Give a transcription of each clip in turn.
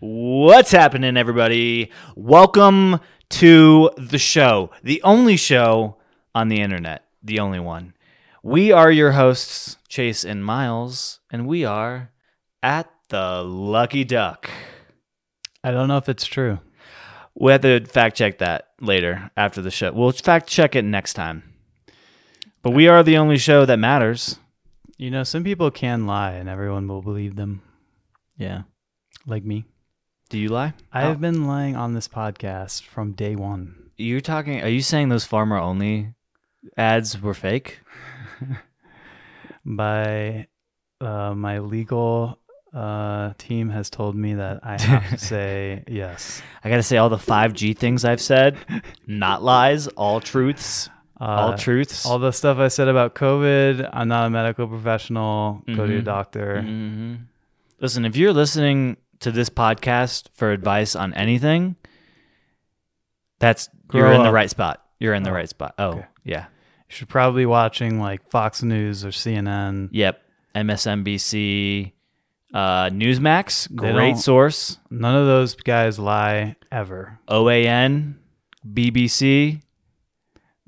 What's happening, everybody? Welcome to the show, the only show on the internet, the only one. We are your hosts, Chase and Miles, and we are at the Lucky Duck. I don't know if it's true. We have to fact check that later after the show. We'll fact check it next time. But we are the only show that matters. You know, some people can lie and everyone will believe them, Yeah. like me. Do you lie? Oh, I have been lying on this podcast from day one. You're talking. Are you saying those farmer only ads were fake? By uh, my legal uh, team has told me that I have to say yes. I gotta say, all the 5G things I've said, not lies, all truths, Uh, all truths. all the stuff I said about COVID, I'm not a medical professional. Go to your Mhm. doctor. hmm Listen, if you're listening to this podcast for advice on anything, that's you're Grow in the up. right spot. You're in the Oh, right spot. Oh, okay. yeah. You should probably be watching like Fox News or CNN. Yep. MSNBC, uh, Newsmax, They great don't- source. None of those guys lie ever. OAN, BBC,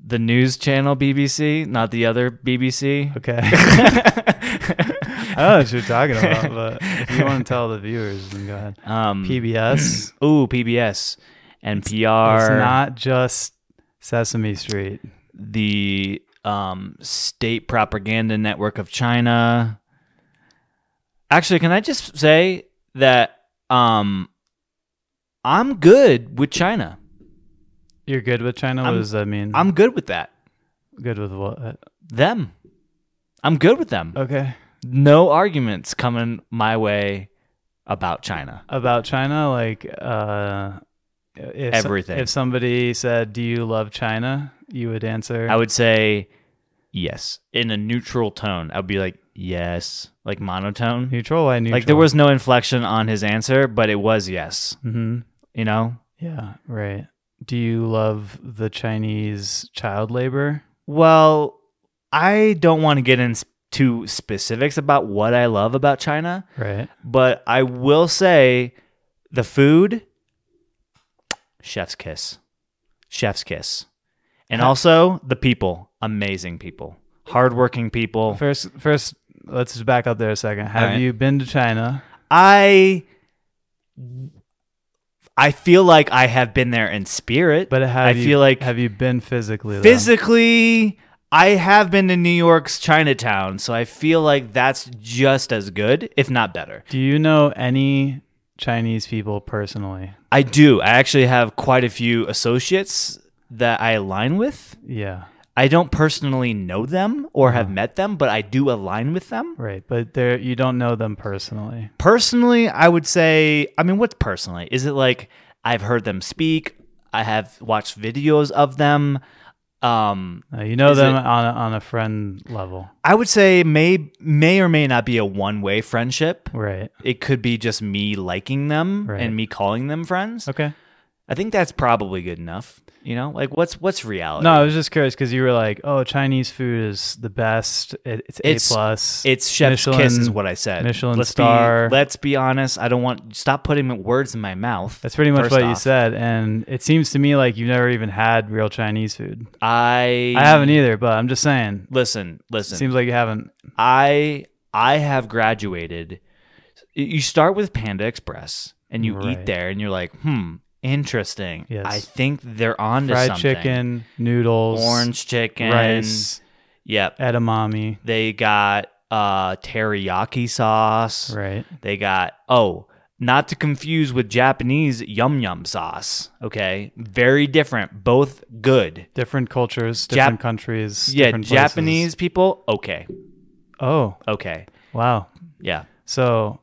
the news channel BBC, not the other BBC. Okay. I don't know what you're talking about, but if you want to tell the viewers, then go ahead. um, PBS. Ooh, PBS and It's PR. not just Sesame Street. the um, state propaganda network of China. Actually, can I just say that um, I'm good with China. You're good with China? What I'm- does that mean? I'm good with that. good with what? Them. I'm good with them. Okay. No arguments coming my way about China. About China, like uh, if so- Everything. if somebody said, "Do you love China?" you would answer. I would say yes in a neutral tone. I would be like, yes, like monotone. neutral. Why neutral? Like there was no inflection on his answer, but it was yes. hmm You know? Yeah. Right. Do you love the Chinese child labor? Well, I don't want to get into specifics about what I love about China, Right. but I will say the food, chef's kiss, chef's kiss, and also the people, amazing people, hardworking people. First, first, let's just back up there a second. Have right. you been to China? I. I feel like I have been there in spirit, But have I you, feel like have you been physically? though? Physically, I have been to New York's Chinatown, so I feel like that's just as good, if not better. Do you know any Chinese people personally? I do. I actually have quite a few associates that I align with. Yeah, I don't personally know them or have met them, but I do align with them. right. But there, you don't know them personally. Personally, I would say, I mean, what's personally? Is it like I've heard them speak, I have watched videos of them, um, Uh, you know Is them it- on a, on a friend level, I would say may may or may not be a one-way friendship. right? it could be just me liking them Right. and me calling them friends. Okay. I think that's probably good enough. You know, like what's what's reality? No, I was just curious because you were like, "Oh, Chinese food is the best. It, it's, It's- a plus. it's chef's Michelin- kiss is what I said. Michelin let's star. Be, let's be honest. I don't want stop putting words in my mouth. That's pretty much First what you off. said, and it seems to me like you've never even had real Chinese food. I I haven't either, but I'm just saying. Listen, listen. Seems like you haven't. I I have graduated. You start with Panda Express and you eat Right. there and you're like, hmm, interesting. Yes. I think they're on to Fried something. chicken, noodles, orange chicken, rice, Yep. edamame. They got uh, teriyaki sauce. Right. They got oh, not to confuse with Japanese yum yum sauce. Okay, very different. Both good. Different cultures, different Jap- countries. yeah, different places. Japanese people. Okay, Oh, okay, wow. yeah. So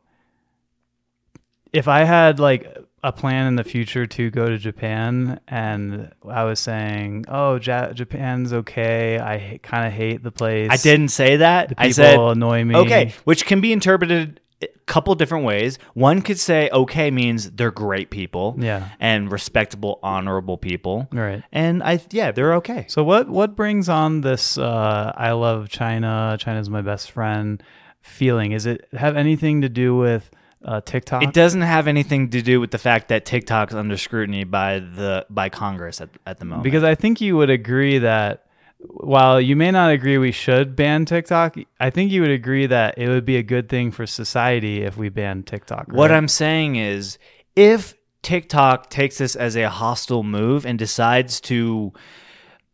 if I had like a plan in the future to go to Japan and I was saying, "Oh, ja- Japan's okay. I ha- kind of hate the place. I didn't say that. The people I said annoy me." okay, which can be interpreted a couple different ways. One could say okay means they're great people. Yeah. And respectable, honorable people. All right. And I yeah, they're okay. So what what brings on this uh, I love China, China's my best friend feeling? Is it have anything to do with uh, TikTok. It doesn't have anything to do with the fact that TikTok's under scrutiny by the by Congress at, at the moment. because I think you would agree that while you may not agree we should ban TikTok, I think you would agree that it would be a good thing for society if we ban TikTok. What right? I'm saying is, if TikTok takes this as a hostile move and decides to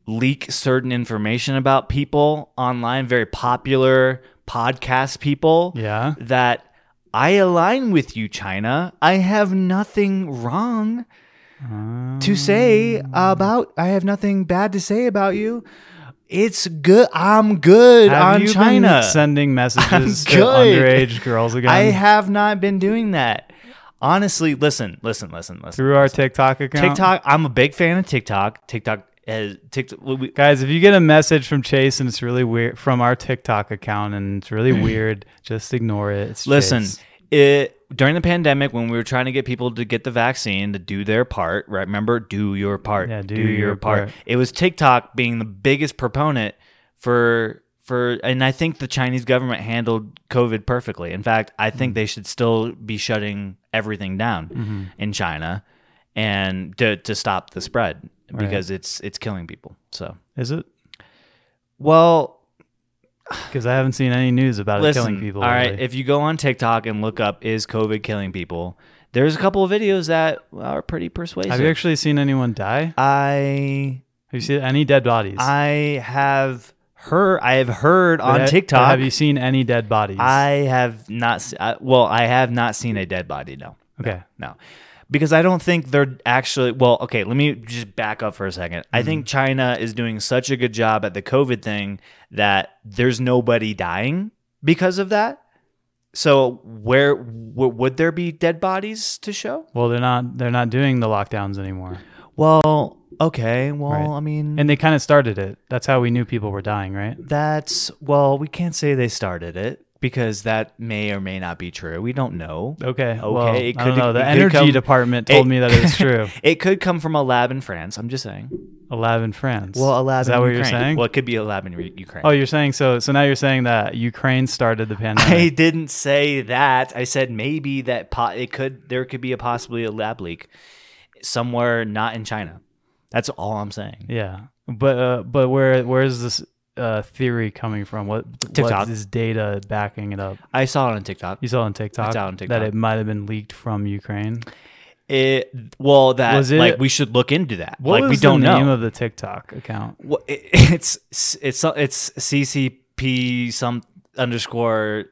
leak certain information about people online, very popular podcast people, yeah, that I align with you, China. I have nothing wrong to say about. I have nothing bad to say about you. It's good. I'm good Have on you been China. sending messages to good. underage girls again I have not been doing that. Honestly, listen, listen, listen, listen. through our TikTok account. TikTok, I'm a big fan of TikTok. TikTok has TikTok. we- we- Guys, if you get a message from Chase and it's really weird from our TikTok account and it's really weird, just ignore it. It's Listen, Chase. it during the pandemic when we were trying to get people to get the vaccine to do their part, right? Remember, do your part. Yeah, do your part. It was TikTok being the biggest proponent for for and I think the Chinese government handled COVID perfectly. In fact, I Mm-hmm. think they should still be shutting everything down in China and to to stop the spread because it's it's killing people. So, Is it? well, Because I haven't seen any news about it killing people. all right, lately. if you go on TikTok and look up is COVID killing people, there's a couple of videos that are pretty persuasive. Have you actually seen anyone die? I Have you seen any dead bodies? I have heard I have heard But on ha- TikTok. but Have you seen any dead bodies? I have not se- I, well, I have not seen a dead body, no. okay. No. Because I don't think they're actually well, okay, let me just back up for a 2nd I think China is doing such a good job at the COVID thing that there's nobody dying because of that. So where w- would there be dead bodies to show? Well, they're not. They're not doing the lockdowns anymore, Well, okay, well, Right. I mean and they kind of started it. That's how we knew people were dying, right? that's well, we can't say they started it because that may or may not be true. We don't know. Okay. Okay, Well, it I don't could- know. it The could energy come- department told it- me that it was true. It could come from a lab in France. I'm just saying. A lab in France. Well, a lab Is in that what Ukraine. you're saying? Well, it could be a lab in Re- Ukraine. Oh, you're saying so. So now you're saying that Ukraine started the I pandemic. didn't say that. I said maybe that po- it could there could be a possibly a lab leak somewhere not in China. That's all I'm saying. yeah, but uh, but where where is this uh, theory coming from? What TikTok. What is data backing it up? I saw it on TikTok. You saw on TikTok, saw on TikTok. that it might have been leaked from Ukraine. It well that Was it- like we should look into that. What like was we don't the name know. of the TikTok account? Wha- it- it's it's it's CCP some underscore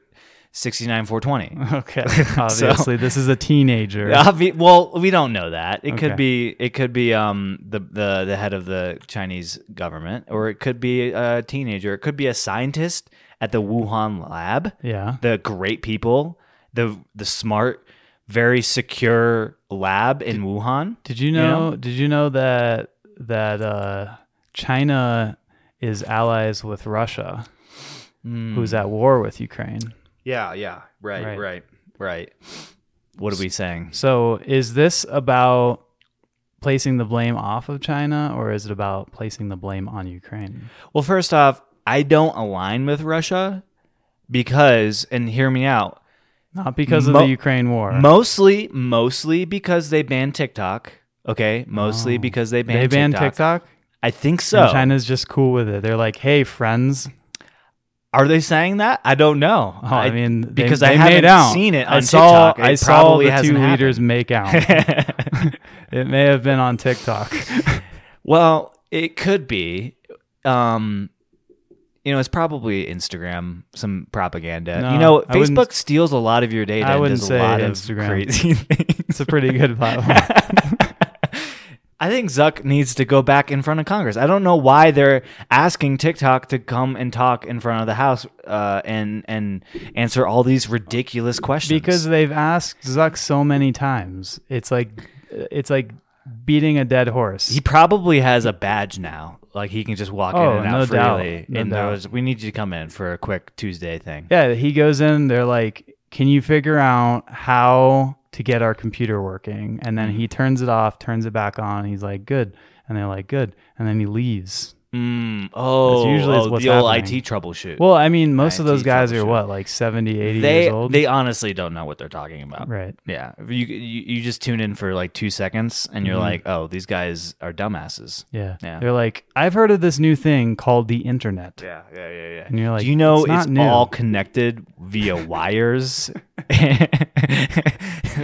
sixty nine four twenty. Okay, obviously this is a teenager. Obvi- well, we don't know that. It could Okay. be it could be um the, the the head of the Chinese government, or it could be a teenager. It could be a scientist at the Wuhan lab. Yeah. The great people, the the smart, very secure lab in Wuhan. Did you know? know? Did you know that that uh, China is allies with Russia, who's at war with Ukraine? Yeah, yeah, Right. Hmm. right, right. What are we saying? So, is this about placing the blame off of China, or is it about placing the blame on Ukraine? Well, first off, I don't align with Russia because, and hear me out. Not because of Mo- the Ukraine war. Mostly, mostly because they banned TikTok. Okay, mostly because they banned Oh. they banned TikTok. TikTok. I think and so. China's just cool with it. They're like, "Hey, friends." Are they saying that? I don't know. Oh, I, mean, they- because they I made haven't out. seen it I on saw, TikTok. It I saw probably the hasn't two happened. leaders make out. it may have been on TikTok. well, it could be. Um, you know, it's probably Instagram, some propaganda. No, you know, I wouldn't- Facebook steals a lot of your data. I and wouldn't does say a lot Instagram. of crazy things. It's a pretty good platform. I think Zuck needs to go back in front of Congress. I don't know why they're asking TikTok to come and talk in front of the House uh, and and answer all these ridiculous questions. because they've asked Zuck so many times. It's like it's like beating a dead horse. he probably has a badge now, like he can just walk Oh, in and out no doubt. freely. No and doubt. there was, we need you to come in for a quick Tuesday thing. yeah, he goes in, they're like, "Can you figure out how to get our computer working?" Mm-hmm. And then he turns it off, turns it back on. He's like, "Good." And they're like, "Good." And then he leaves. Mm, oh, usually oh, what's the old happening. IT troubleshoot. Well, I mean, most of IT those guys are troubleshooter. what, like 70, 80 they years old? they honestly don't know what they're talking about. right. Yeah, you, you you just tune in for like two seconds and you're Mhm. like, oh, these guys are dumbasses. Yeah. Yeah. They're like, I've heard of this new thing called the internet. Yeah, yeah, yeah, yeah. And you're like, Do you know it's not it's, new. all connected via wires? They're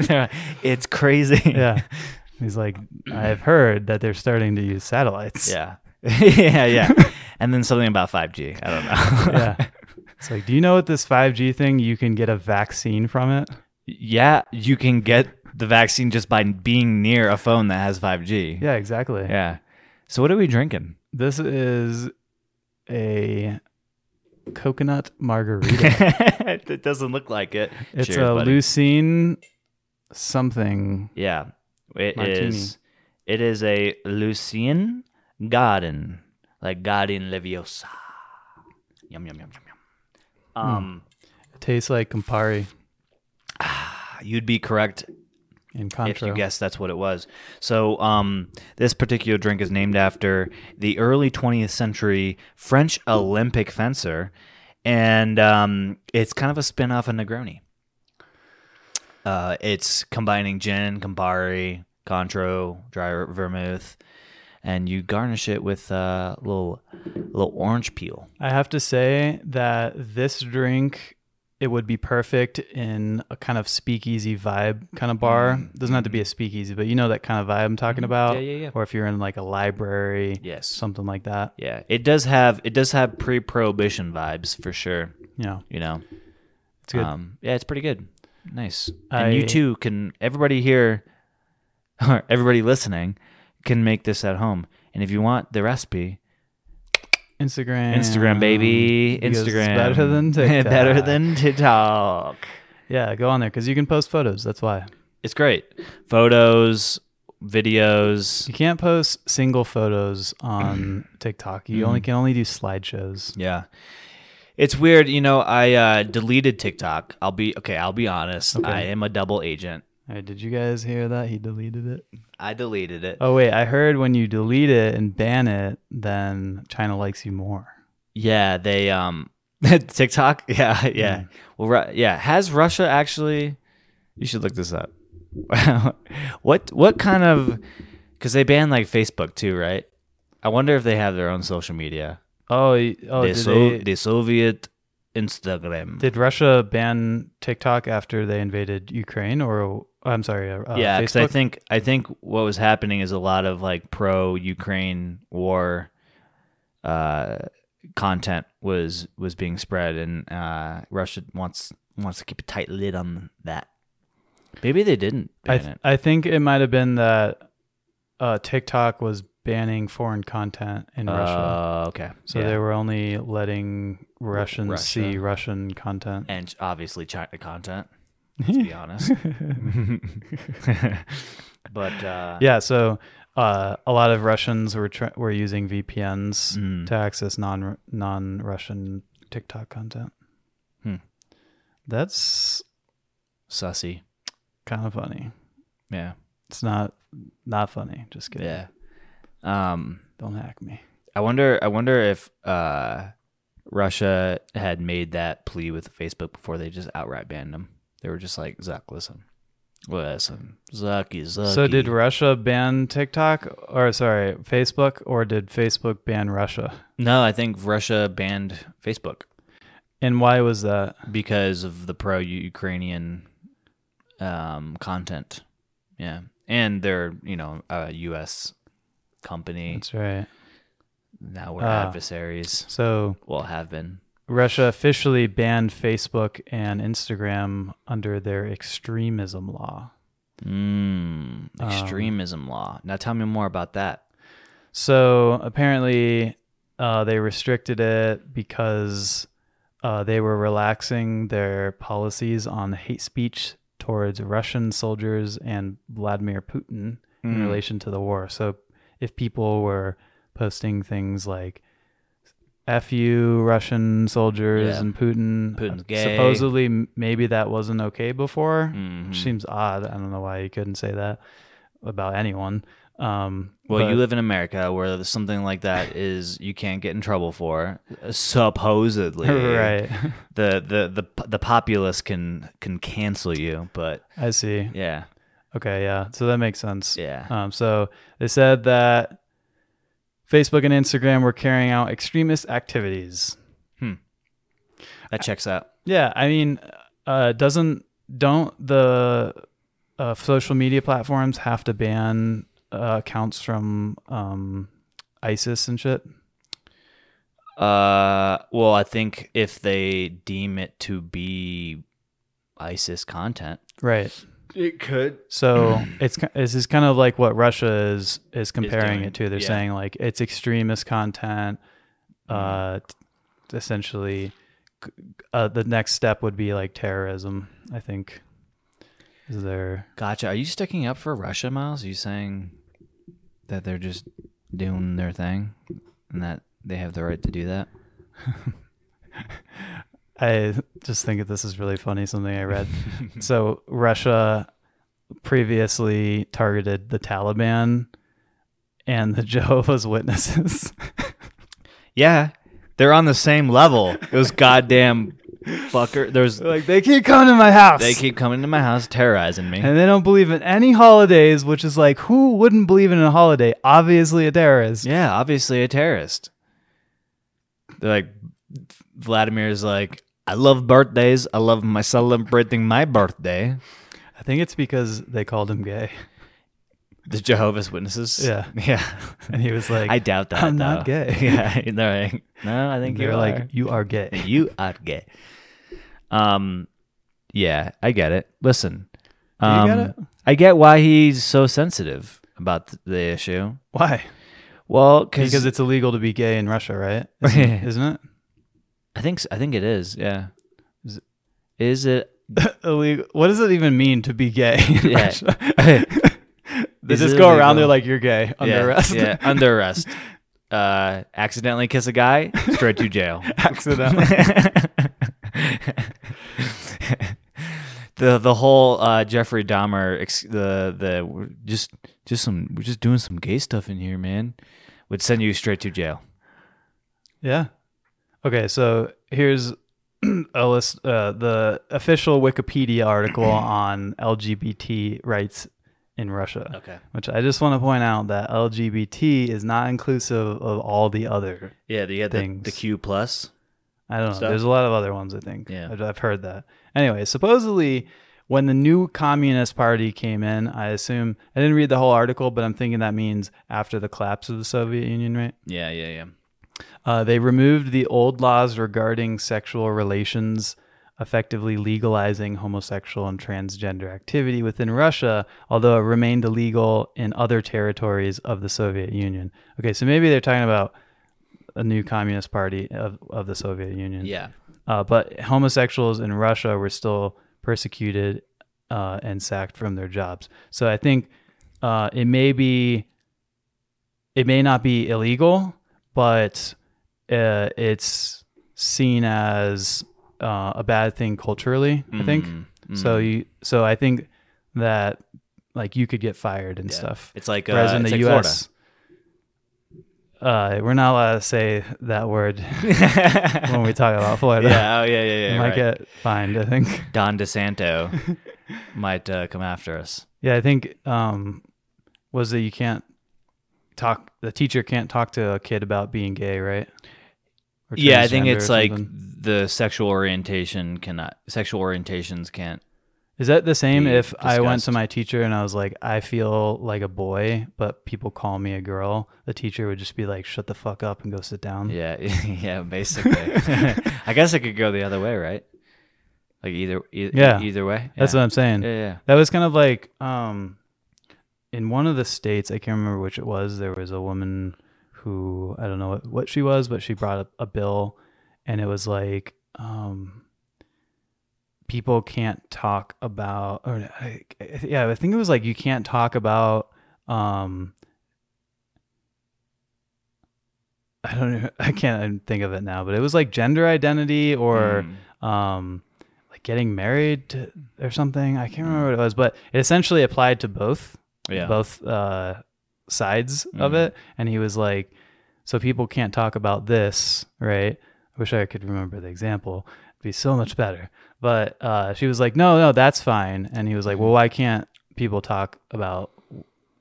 like, it's crazy. Yeah. He's like, I've heard that they're starting to use satellites. yeah, yeah, yeah. And then something about five G. I don't know. yeah. It's like, do you know what this 5G thing? You can get a vaccine from it. yeah, you can get the vaccine just by being near a phone that has five G. Yeah, exactly. yeah. So what are we drinking? This is a coconut margarita. it doesn't look like it. it's Cheers, a buddy. leucine something. Yeah, it is. Martini. It is a Lucian garden, like garden leviosa. Yum yum yum yum yum. Um, It tastes like Campari you'd be correct and Contro. if you guessed that's what it was. So, um, this particular drink is named after the early 20th century French Olympic fencer, and um, it's kind of a spin off of Negroni. Uh, it's combining gin, Campari, Contro, dry vermouth, and you garnish it with uh, a little, little orange peel. I have to say that this drink it would be perfect in a kind of speakeasy vibe kind of bar. Doesn't have to be a speakeasy, but you know that kind of vibe I'm talking about. Mm-hmm. yeah, yeah. Or if you're in like a library, Yes. something like that. Yeah, it does have it does have pre-prohibition vibes for sure. You know, You know, it's good. Um, yeah, it's pretty good. Nice. And I- you too can. Everybody here, or everybody listening, can make this at home. And if you want the recipe, Instagram, Instagram baby, because it's Instagram better than TikTok. better than TikTok. Yeah, go on there because you can post photos. That's why It's great. Photos, videos. you can't post single photos on TikTok. Mm-hmm. You only can only do slideshows. Yeah. It's weird, you know. I uh, deleted TikTok. I'll be okay. I'll be honest. I am a double agent. All right, did you guys hear that? He deleted it. I deleted it. Oh wait, I heard when you delete it and ban it, then China likes you more. Yeah, they um TikTok. Yeah, yeah. Well, Ru- yeah. Has Russia actually? You should look this up. what what kind of? Because they ban like Facebook too, right? I wonder if they have their own social media. Oh, y- oh, the, did, so- they- the Soviet Instagram. did Russia ban TikTok after they invaded Ukraine? Or oh, I'm sorry, uh, uh, yeah, because I Facebook. think I think what was happening is a lot of like pro Ukraine war uh, content was was being spread, and uh, Russia wants wants to keep a tight lid on that. Maybe they didn't I, ban th- it. I think it might have been that uh, TikTok was banning foreign content in Russia, Uh, okay, so yeah. they were only letting Russians Russia. see Russian content. and obviously China content. Let's be honest. but uh, Yeah, so uh, a lot of Russians were tr- were using VPNs Mm. to access non non Russian TikTok content. Hmm. That's sussy. kind of funny. Yeah, It's not not funny. Just kidding. yeah. Um, Don't hack me. I wonder. I wonder if uh, Russia had made that plea with Facebook before they just outright banned them. They were just like, "Zuck, listen, listen, Zucky, Zucky." So did Russia ban TikTok or sorry Facebook or did Facebook ban Russia? no? I think Russia banned Facebook And why was that? because of the pro-Ukrainian um, content. Yeah, and they're you know a U.S. company. That's right. now we're Ah. adversaries. So Well, have been. Russia officially banned Facebook and Instagram under their extremism law. Mm, Um. extremism law. Now tell me more about that. So apparently, uh, they restricted it because uh, they were relaxing their policies on hate speech towards Russian soldiers and Vladimir Putin in Mm. relation to the war. So if people were posting things like "F you, Russian soldiers," Yeah. and Putin, Putin's uh, gay. supposedly m- maybe that wasn't okay before Mhm. which seems odd. I don't know why you couldn't say that about anyone. Um, Well, but- you live in America where something like that is you can't get in trouble for, supposedly. right. The the the the populace can can cancel you, but I see. yeah, Okay, yeah. So that makes sense. yeah. Um, so they said that Facebook and Instagram were carrying out extremist activities. That checks out. Yeah, I mean, uh, doesn't don't the uh, social media platforms have to ban uh, accounts from um, ISIS and shit? Uh, well, I think if they deem it to be ISIS content, Right. it could. So it's ki- this is kind of like what Russia is is comparing doing, it to. They're yeah. saying like it's extremist content. Uh, t- essentially, c- uh, the next step would be like terrorism. I think is their Gotcha. Are you sticking up for Russia, Miles? Are you saying that they're just doing their thing and that they have the right to do that? I just think that this is really funny. Something I read. so Russia previously targeted the Taliban and the Jehovah's Witnesses. Yeah, they're on the same level. Those goddamn fucker. There's like they keep coming to my house. they keep coming to my house terrorizing me. and they don't believe in any holidays, which is like, who wouldn't believe in a holiday? Obviously, a terrorist. Yeah, obviously a terrorist. They're like Vladimir's like, I love birthdays. I love my celebrating my birthday. I think it's because they called him gay, The Jehovah's Witnesses. Yeah. yeah. and he was like, I doubt that. I'm not though. gay. Yeah, they're like, no, I think They're you're like, like you are gay. you are gay. Um, yeah, I get it. Listen, you um, get it? I get why he's so sensitive about th- the issue. Why? Well, cause Because it's illegal to be gay in Russia, right? Isn't, isn't it I think s- I think it is. Yeah, Is it- is it? illegal? What does it even mean to be gay in Yeah. Russia? they Is just it go around. They're illegal? like, you're gay under yeah, arrest. Yeah, under arrest. Uh, accidentally kiss a guy, straight to jail. Accidentally. the the whole uh, Jeffrey Dahmer ex- the the we're just just some we're just doing some gay stuff in here, man. Would send you straight to jail. Yeah. Okay, so here's a list, uh, the official Wikipedia article on LGBT rights in Russia, Okay. which I just want to point out that LGBT is not inclusive of all the other. Yeah, the Things. the Q plus. I don't know. Stuff? There's a lot of other ones, I think. Yeah. I've, I've heard that. Anyway, supposedly when the new Communist Party came in, I assume, I didn't read the whole article, but I'm thinking that means after the collapse of the Soviet Union, right? Yeah, yeah, yeah. Uh, they removed the old laws regarding sexual relations, effectively legalizing homosexual and transgender activity within Russia, although it remained illegal in other territories of the Soviet Union. Okay, so maybe they're talking about a new communist party of, of the Soviet Union. Yeah. Uh, but homosexuals in Russia were still persecuted uh, and sacked from their jobs. So I think uh, it may be, it may not be illegal, but uh, it's seen as uh, a bad thing culturally. I think Mm, so. mm. You so I think that like you could get fired and Yeah. stuff. It's like uh, Whereas in it's the like U.S., uh, we're not allowed to say that word Florida. when we talk about Florida. yeah, oh yeah, yeah, yeah. might right. get fined. I think. Don DeSanto might uh, come after us. Yeah, I think um, was that you can't talk. The teacher can't talk to a kid about being gay, right? Or Yeah, I think transgender it's or like something. the sexual orientation cannot sexual orientations can't. Is that the same? be If I went to discussed. my teacher and I was like, I feel like a boy, but people call me a girl, the teacher would just be like, "Shut the fuck up and go sit down." Yeah, yeah, basically. I guess it could go the other way, right? Like either e- Yeah. either way. That's yeah. what I'm saying. yeah, yeah. That was kind of like um, in one of the states, I can't remember which it was. There was a woman who I don't know what, what she was, but she brought up a bill, and it was like um, people can't talk about, or I- I- yeah, I think it was like you can't talk about. Um, I don't know. I can't even think of it now, but it was like gender identity or Mm. um like getting married to, or something i can't remember what it was but it essentially applied to both yeah. both uh sides of it, and he was like, "So people can't talk about this, right?" I wish I could remember the example. It'd be so much better. But uh, she was like, "No, no, that's fine," and he was like, "Well, why can't people talk about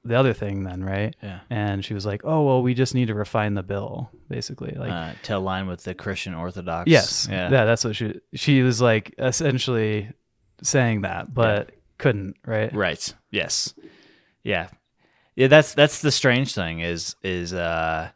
the other thing then, right?" Yeah. And she was like, "Oh, well, we just need to refine the bill, basically." Like, Uh, to align with the Christian Orthodox. Yes. Yeah. Yeah. that's what she she was like essentially saying that, but couldn't, right? Right. Yes. Yeah. Yeah, that's that's the strange thing is is uh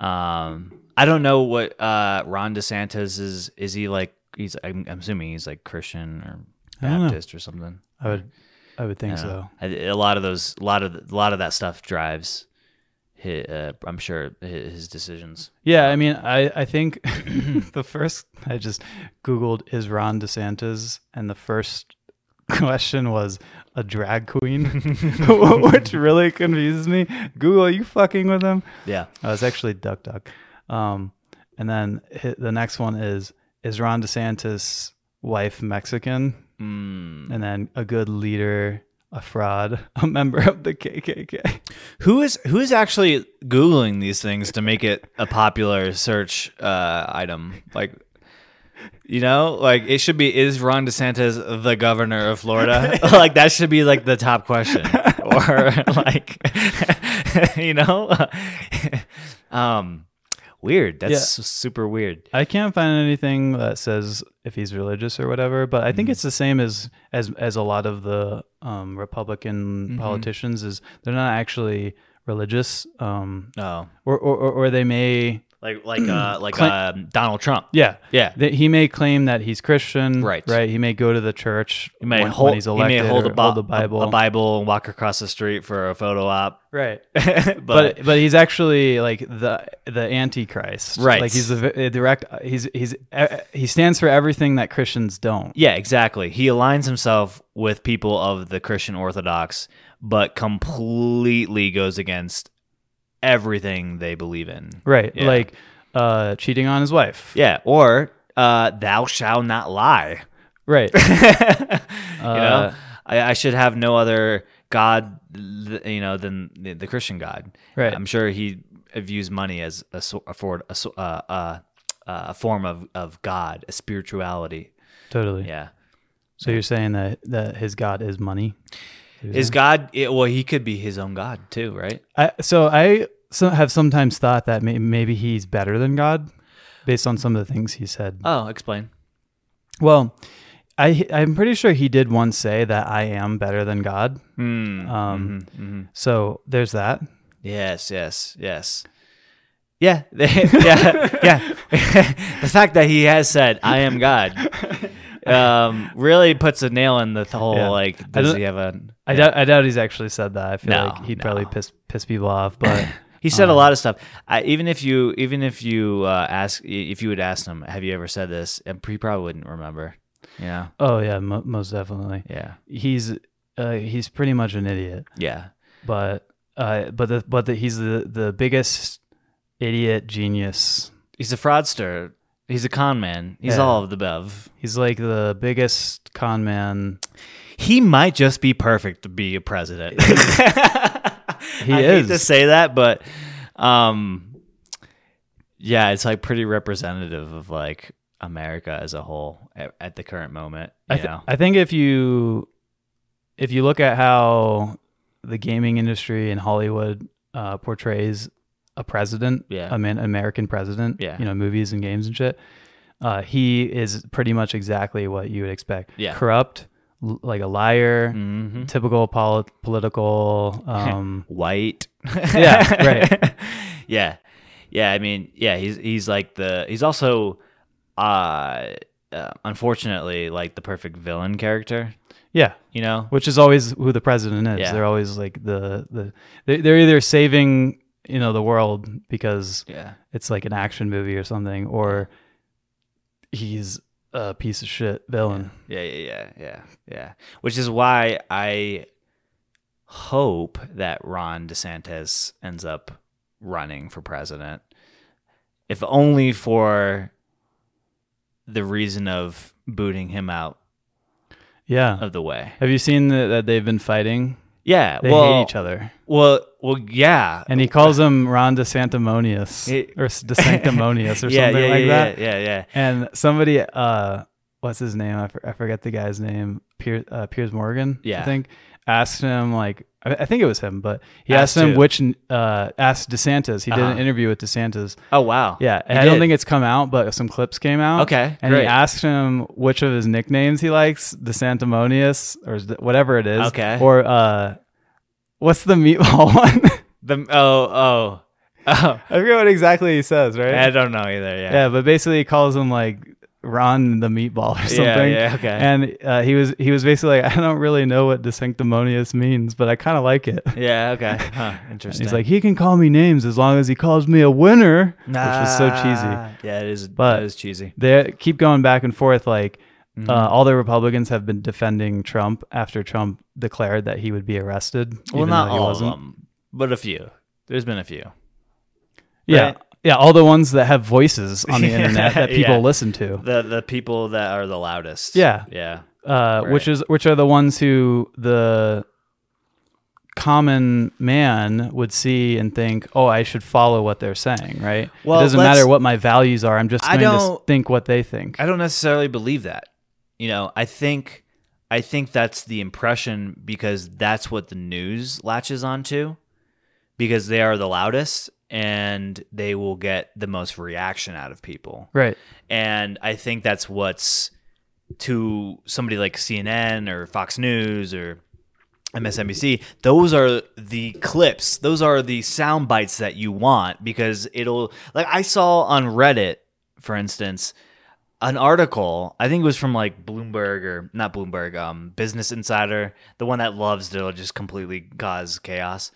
um I don't know what uh Ron DeSantis is is he like he's I'm, I'm assuming he's like Christian or I don't know. Baptist or something. I would I would think I don't know. so. I- a lot of those a lot of the- a lot of that stuff drives hi uh, I'm sure his, his decisions. Yeah, I mean, I I think the first I just googled is Ron DeSantis and the first question was a drag queen, which really confuses me. Google, are you fucking with him? Yeah. Oh, it's actually Duck Duck. Um, and then hi the next one is is Ron DeSantis' wife Mexican? Mm. and then a good leader, a fraud, a member of the KKK. Who is who is actually googling these things to make it a popular search uh, item? Like, you know, like it should be: Is Ron DeSantis the governor of Florida? like that should be like the top question, or like, you know, um, weird. That's Yeah. su- super weird. I can't find anything that says if he's religious or whatever, but I Mm-hmm. think it's the same as as as a lot of the um, Republican Mm-hmm. politicians is they're not actually religious, um, Oh, or, or or or they may like like uh, like Clin- um, Donald Trump. yeah. Yeah, That he may claim that he's Christian, Right. Right. He may go to the church. he may when, hold when he's elected he may hold, or a, bo- hold the a- Bible, a Bible and walk across the street for a photo op. right? but, but but he's actually like the the antichrist Right. like he's the a direct he's he's uh, he stands for everything that christians don't Yeah, exactly. He aligns himself with people of the Christian Orthodox, but completely goes against everything they believe in. right Yeah. like uh cheating on his wife Yeah, or uh, thou shall not lie. right you know, I, I should have no other god, th- you know, than the, the Christian God. Right. I'm sure he views money as a so- a, for- a, so- uh, uh, uh, a form of, of God, a spirituality. totally Yeah. so you're saying that that his god is money Is God? It, well, he could be his own God too, right? I, so i so have sometimes thought that may, maybe he's better than god based on some of the things he said Oh, explain. well i i'm pretty sure he did once say that i am better than god Mm, um mhm, mhm. so there's that Yes, yes, yes. Yeah, yeah, yeah. the fact that he has said, "I am God," um, really puts a nail in the th- whole. Yeah. Like, I does don't- he have a? I doubt, I doubt he's actually said that. I feel No, like he'd no. probably piss piss people off, but He said a Uh-huh. lot of stuff. I, even if you, even if you uh, ask, if you would ask him, "Have you ever said this?" and he probably wouldn't remember. Yeah, oh yeah, mo most definitely. yeah, He's uh, he's pretty much an idiot, yeah. but uh, but the, but the, he's the the biggest idiot genius. He's a fraudster. He's a con man. He's Yeah. all of the above. He's like the biggest con man. he might just be perfect to be a president. he I hate is. to say that, but um, yeah, it's like pretty representative of like America as a whole at, at the current moment. You I, th- know, I think if you if you look at how the gaming industry in Hollywood uh, portrays a president, Yeah. a man, American president, Yeah. you know, movies and games and shit, uh, he is pretty much exactly what you would expect. Yeah. Corrupt, l- like a liar, hmm typical poli- political. Um, white. Yeah, right. yeah, yeah. I mean, yeah. He's he's like the he's also uh, uh unfortunately like the perfect villain character. yeah. You know, Which is always who the president is. Yeah. They're always like the, the they- they're either saving, you know, the world because yeah. it's like an action movie or something, or he's a piece of shit villain. Yeah, yeah, yeah, yeah, yeah. Which is why I hope that Ron DeSantis ends up running for president, if only for the reason of booting him out Yeah. of the way. Have you seen the, that they've been fighting? Yeah, They well, hate each other. well, Well, yeah. And he calls him Ron DeSantimonious It- or s- DeSantimonious or yeah, something yeah, like yeah, that. Yeah, yeah, And somebody, uh, what's his name? I, for, I forget the guy's name. Pier, uh, Piers Morgan, Yeah. I think, asked him like I, I think it was him, but he Asked asked, him who? which uh, asked DeSantis. He did Uh-huh. an interview with DeSantis. Oh, wow. Yeah, He and I don't did. think it's come out, but some clips came out. Okay, and great. he asked him which of his nicknames he likes, DeSantimonious or s- whatever it is. Okay. or uh, what's the meatball one? The oh oh oh. I forget what exactly he says, right? I don't know either. Yeah. yeah, but basically he calls him like Ron the meatball or something. Yeah, yeah, okay. And uh, he was he was basically like, I don't really know what disanctimonious means, but I kind of like it. And Yeah. Okay. Huh, interesting. he's like, he can call me names as long as he calls me a winner, which was so cheesy. Nah. Yeah, it is. But- that is cheesy. They keep going back and forth like. Mm-hmm. Uh, all the Republicans have been defending Trump after Trump declared that he would be arrested. Well, even not though he all wasn't. of them, but a few. There's been a few. Yeah. right? Yeah, all the ones that have voices on the Yeah, internet that people yeah. listen to. The the people that are the loudest. Yeah. Yeah. uh, which is which are the ones who the common man would see and think, "Oh, I should follow what they're saying." Right? Well, it doesn't let's- matter what my values are. I'm just I going to s- don't- think what they think. I don't necessarily believe that. You know, I think I think that's the impression because that's what the news latches onto because they are the loudest and they will get the most reaction out of people. right. And I think that's what's to somebody like CNN or Fox News or MSNBC. Those are the clips. Those are the sound bites that you want because it'll like I saw on Reddit, for instance, an article. I think it was from like Bloomberg or not Bloomberg, um, Business Insider, the one that loves to just completely cause chaos.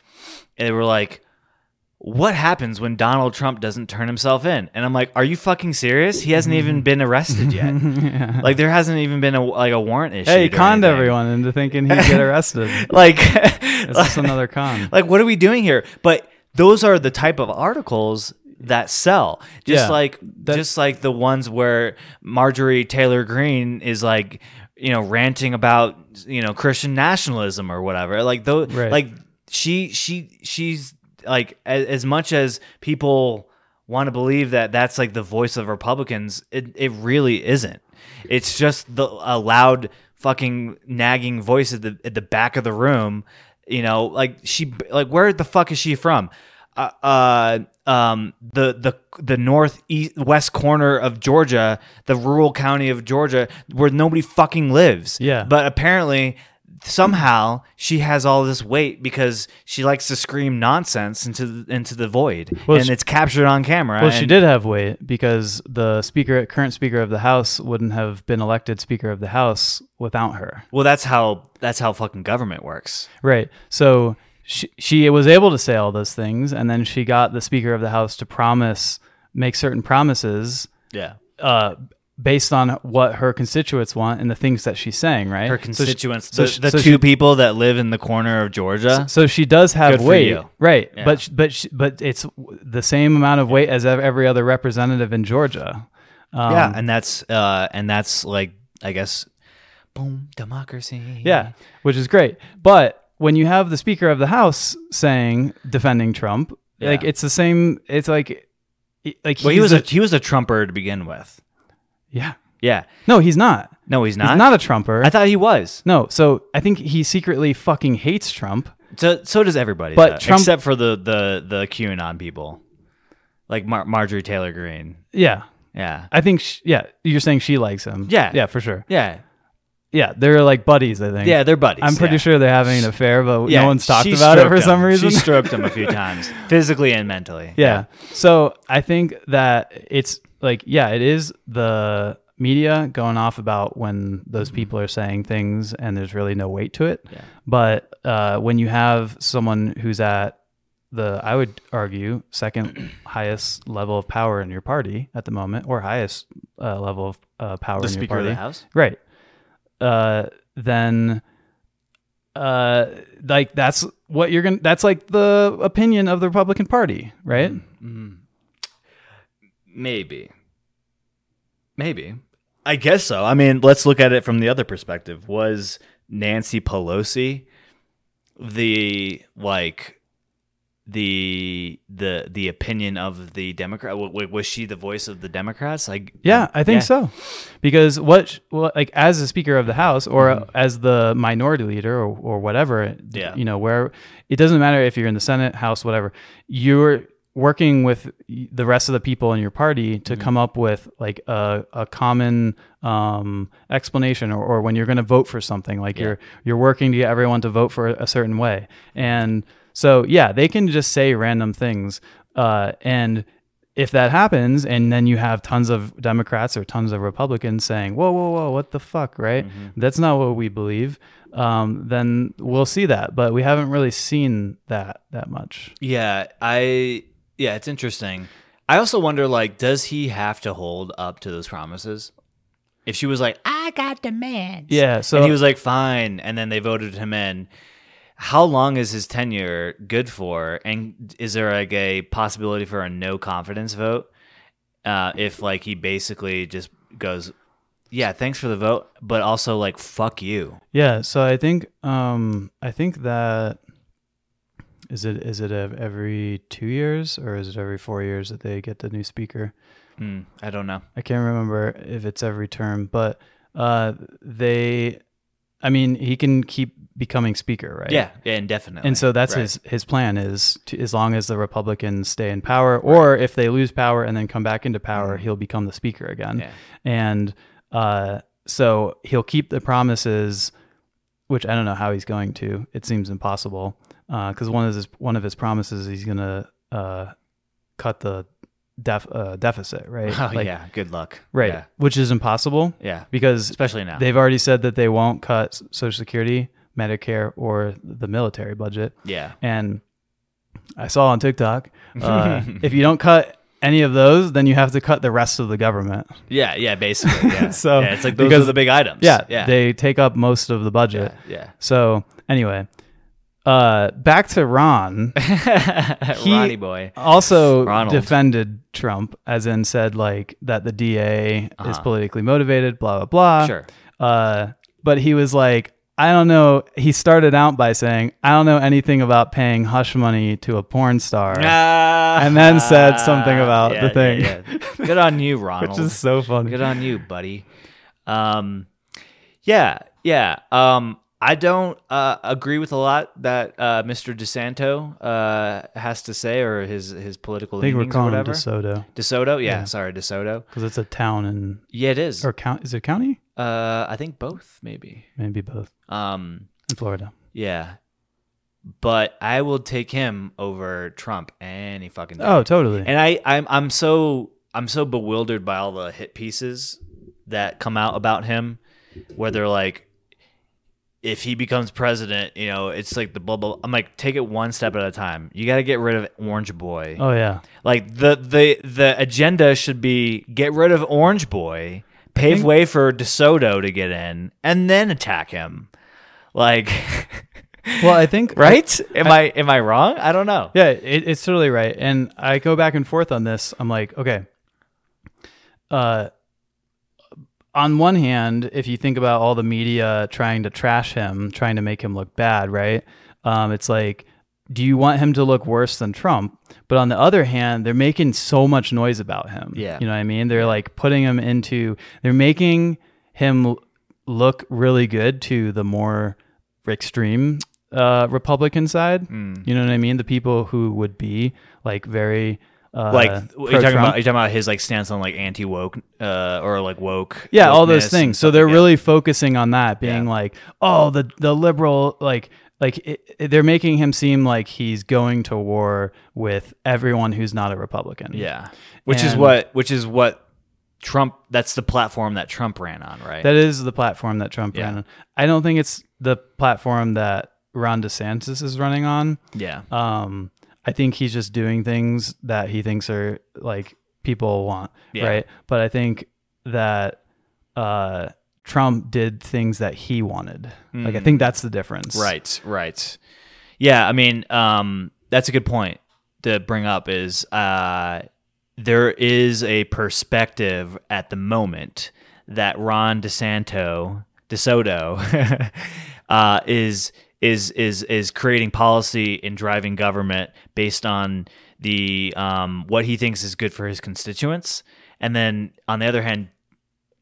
And they were like, what happens when Donald Trump doesn't turn himself in? And I'm like, are you fucking serious? He hasn't Mm-hmm. even been arrested yet. Like there hasn't even been a like a warrant issue. Hey, he conned everyone into thinking he'd get arrested. Like, It's just another con. like what are we doing here? But those are the type of articles that sell. Just Yeah. like just like the ones where Marjorie Taylor Greene is like, you know, ranting about, you know, Christian nationalism or whatever. Like those Right. like she she she's like as, as much as people want to believe that that's like the voice of Republicans, it it really isn't. It's just the a loud fucking nagging voice at the at the back of the room. You know, like she like where the fuck is she from? Uh, uh um the the the northeast west corner of Georgia, the rural county of Georgia, where nobody fucking lives. Yeah. but apparently somehow she has all this weight because she likes to scream nonsense into the, into the void Well, and she- it's captured on camera Well, she and- did have weight because the speaker, current speaker of the House, wouldn't have been elected speaker of the House without her. well that's how that's how fucking government works Right. So she, she was able to say all those things, and then she got the Speaker of the House to promise, make certain promises yeah uh, based on what her constituents want and the things that she's saying, right? her So she- constituents so the, she- the so two she- people that live in the corner of georgia So she does have Good for weight, you. right? Yeah. But sh- but sh- but it's the same amount of weight as ev- every other representative in Georgia. Um, yeah and that's uh and that's like i guess boom democracy Yeah, which is great. But when you have the Speaker of the House saying defending Trump, like Yeah. it's the same. It's like like well he he's was the- a he was a trumper to begin with yeah. yeah No, he's not. no he's not He's not a Trumper. i thought he was no, so I think he secretly fucking hates Trump. So so does everybody. But though, Trump- except for the the the QAnon people, like Mar- Marjorie Taylor Greene. Yeah. Yeah, I think, sh yeah, you're saying she likes him. Yeah. Yeah, for sure. yeah, Yeah, they're like buddies, I think. yeah. They're buddies. I'm pretty yeah. sure they're having an affair, but Yeah, no one's talked she about it stroked for him. some reason. She stroked him a few times, physically and mentally. yeah. So I think that it's like, yeah, it is the media going off about when Mm-hmm. those people are saying things and there's really no weight to it. Yeah. But uh, when you have someone who's at the, I would argue, second highest level of power in your party at the moment, or highest uh, level of uh, power the in your Speaker party, of the House. right? Uh, then, uh, like that's what you're gonna. That's like the opinion of the Republican Party, right? Maybe, maybe. I guess so. I mean, let's look at it from the other perspective. Was Nancy Pelosi the like the the the opinion of the Democrat? wa- wa- Was she the voice of the Democrats? Like, Um, Yeah, I think yeah. so. Because what, sh- what, like, as the Speaker of the House or as the minority leader or, or whatever, d- Yeah. you know, where it doesn't matter if you're in the Senate, House, whatever, you're working with y- the rest of the people in your party to come up with like a, a common um, explanation or, or when you're going to vote for something like you're you're working to get everyone to vote for a certain way and so yeah they can just say random things uh, and if that happens and then you have tons of democrats or tons of republicans saying whoa whoa whoa what the fuck right Mm-hmm. that's not what we believe um, then we'll see that but we haven't really seen that that much Yeah, I yeah, it's interesting. I also wonder like does he have to hold up to those promises? If she was like, "I got demands." yeah so and he was like, "Fine," and then they voted him in. How long is his tenure good for? And is there like a possibility for a no confidence vote? Uh, if like he basically just goes, "Yeah, thanks for the vote," but also like, "Fuck you." Yeah, so I think um I think that is it is it ev- every 2 years or is it every 4 years that they get the new speaker? Hmm, I don't know. I can't remember if it's every term, but uh they I mean, he can keep becoming speaker, right? Yeah, yeah, indefinitely. And so that's Right. his his plan is to, as long as the Republicans stay in power or if they lose power and then come back into power, he'll become the speaker again Mm-hmm. Yeah. and uh, so he'll keep the promises, which I don't know how he's going to. It seems impossible because one of his one of his promises is he's gonna uh, cut the def, uh, deficit, right? Oh Like- yeah, good luck. right, Yeah. which is impossible yeah. because Especially now. they've already said that they won't cut S- Social Security, Medicare, or the military budget. Yeah. And I saw on TikTok uh, if you don't cut any of those, then you have to cut the rest of the government. Yeah. Yeah. Basically. Yeah. So, yeah, it's like those because- are the big items. Yeah, Yeah. they take up most of the budget. yeah. Yeah. So anyway, uh, back to Ron. He- Ronnie boy. Also Ronald. defended Trump, as in said like that the DA is Uh-huh. politically motivated, blah blah blah. Sure. Uh, but he was like, I don't know. He started out by saying, I don't know anything about paying hush money to a porn star, and then said something about Ah. Yeah, the thing, yeah, yeah. Good on you, Ronald. which is so funny. Good on you, buddy. Um, yeah, yeah. Um, I don't uh, agree with a lot that uh, Mr. DeSanto uh, has to say or his his political I think we're leanings or calling him whatever. DeSoto DeSoto, yeah, Yeah. sorry, DeSoto. because it's a town and Yeah, it is. or count is it county? Uh, I think both, maybe. Maybe both Um, in Florida. yeah. But I will take him over Trump any fucking day. Oh, totally. and I, I'm I'm so I'm so bewildered by all the hit pieces that come out about him, where they're like, if he becomes president, you know, it's like the blah blah. I'm like, take it one step at a time. You got to get rid of Orange Boy. oh yeah. Like the the the agenda should be get rid of Orange Boy, pave way for DeSoto to get in, and then attack him. Like, Well, I think right? Am I, am I wrong? I don't know. Yeah, it, it's totally right. And I go back and forth on this. I'm like, okay. Uh, on one hand, if you think about all the media trying to trash him, trying to make him look bad, right? Um, it's like, do you want him to look worse than Trump? But on the other hand, they're making so much noise about him. Yeah. You know what I mean? They're like putting him into, they're making him l- look really good to the more extreme uh, Republican side. Hmm. You know what I mean? The people who would be like very uh, like are you talking pro-Trump. about are you talking about his like stance on like anti woke uh, or like woke yeah, all wokeness those and things. So stuff they're like that? really focusing on that, being Yeah. like, oh, the the liberal like like it, it- they're making him seem like he's going to war with everyone who's not a Republican. yeah which is And- what which is what Trump that's the platform that Trump ran on right That is the platform that Trump Yeah. ran on. I don't think it's the platform that Ron DeSantis is running on. yeah Um, I think he's just doing things that he thinks are like people want, Yeah. right? But I think that uh, Trump did things that he wanted. Like I think that's the difference, Mm. right right yeah I mean um that's a good point to bring up is uh there is a perspective at the moment that Ron DeSanto DeSoto uh, is is is is creating policy and driving government based on the um, what he thinks is good for his constituents, and then on the other hand,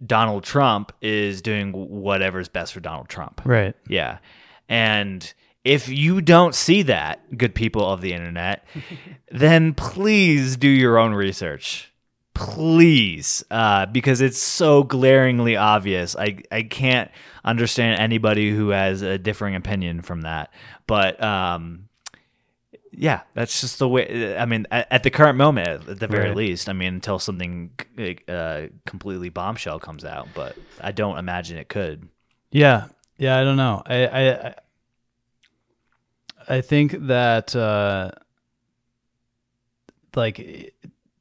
Donald Trump is doing whatever's best for Donald Trump. Right. Yeah. And if you don't see that, good people of the internet, then please do your own research. Please, uh, because it's so glaringly obvious. I, I can't understand anybody who has a differing opinion from that. But um, yeah, that's just the way. uh, I mean, at, at the current moment, at the very Right. least, I mean, until something uh, completely bombshell comes out, but I don't imagine it could. Yeah. Yeah, I don't know. I I I- I think that uh like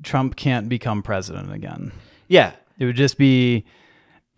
Trump can't become president again. Yeah, It would just be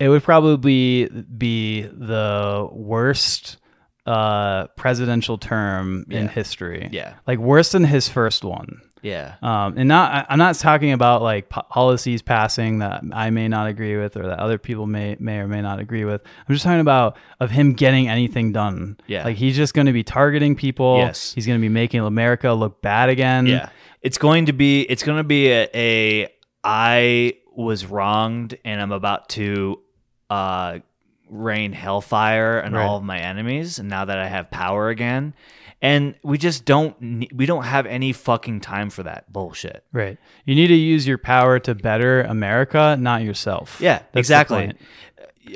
it would probably be the worst uh presidential term in Yeah. history. yeah, Like worse than his first one. yeah. Um, and not, I- I'm not talking about like po- policies passing that I may not agree with or that other people may may or may not agree with. I'm just talking about of him getting anything done. Yeah. like he's just going to be targeting people. Yes. he's going to be making America look bad again. Yeah. It's going to be it's going to be a, a I was wronged and I'm about to uh rain hellfire on Right. all of my enemies and now that I have power again. And we just don't ne- we don't have any fucking time for that bullshit. right. You need to use your power to better America, not yourself. Yeah, That's the exactly. point.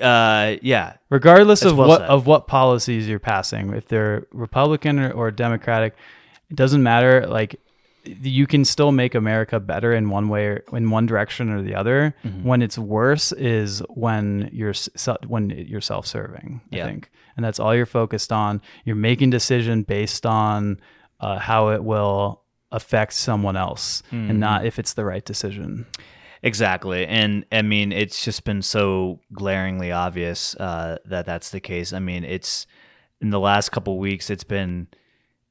Uh yeah. Regardless That's of well what said. of what policies you're passing, if they're Republican or, or Democratic, it doesn't matter. Like you can still make America better in one way or in one direction or the other. Mm-hmm. When it's worse is when you're s- se- when you're self-serving. Yeah. I think, and that's all you're focused on. You're making decision based on uh, how it will affect someone else, Hmm. and not if it's the right decision. Exactly. And I mean, it's just been so glaringly obvious uh, that that's the case. I mean, it's in the last couple weeks, it's been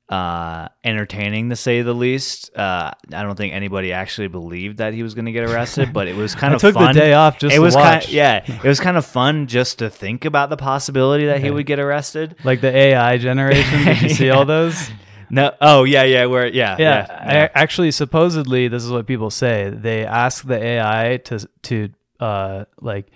uh, entertaining to say the least. Uh, I don't think anybody actually believed that he was going to get arrested, but it was kind I of took fun. the day off just it to was watch. kind yeah, it was kind of fun just to think about the possibility that he would get arrested. Like the AI generation, did you see all Yeah. those? No, oh yeah, yeah, where yeah, yeah, yeah, I, actually supposedly this is what people say they ask the ai to to uh like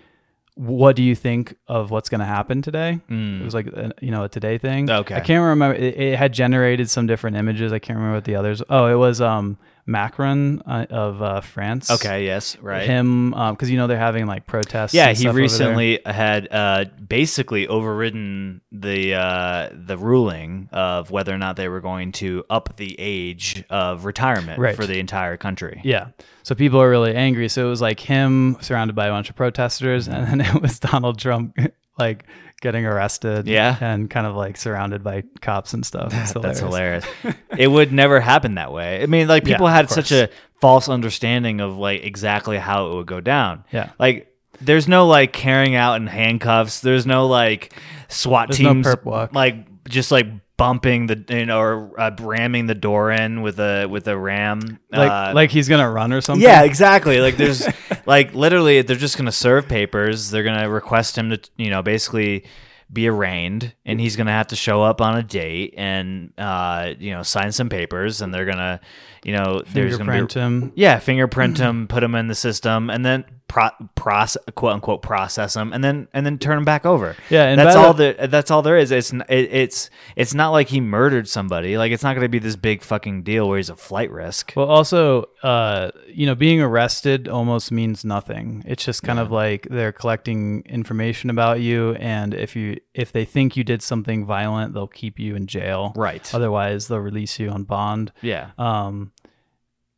what do you think of what's going to happen today it was like an, you know a today thing Mm. Okay. i can't remember it, it had generated some different images i can't remember what the others oh it was um macron uh, of uh, france okay, yes, right. him because you know they're having like protests Yeah, and he stuff over there. recently had uh, basically overridden the uh, the ruling of whether or not they were going to up the age of retirement Right. for the entire country. Yeah. So people are really angry. So it was like him surrounded by a bunch of protesters, and then it was Donald Trump like getting arrested. Yeah. And kind of like surrounded by cops and stuff. It's That's hilarious. it would never happen that way. I mean, like Yeah, people of had such course. a false understanding of like exactly how it would go down. Yeah. Like there's no like carrying out in handcuffs. There's no like SWAT There's no teams perp walk. like just like bumping the you know or uh, ramming the door in with a with a ram. Like, uh, like he's gonna run or something. Yeah, exactly. Like there's like literally they're just gonna serve papers. They're gonna request him to you know basically be arraigned, and he's gonna have to show up on a date and uh, you know sign some papers, and they're gonna you know there's gonna Fingerprint be him. yeah fingerprint him, put him in the system, and then pro- process quote unquote process him, and then and then turn him back over. Yeah, and that's by all the that's all there is. It's n- it, it's it's not like he murdered somebody. Like it's not gonna be this big fucking deal where he's a flight risk. Well, also, uh, you know, being arrested almost means nothing. It's just kind of like they're collecting information about you, and if you if they think you did something violent, they'll keep you in jail. Right. Otherwise, they'll release you on bond. yeah. Um,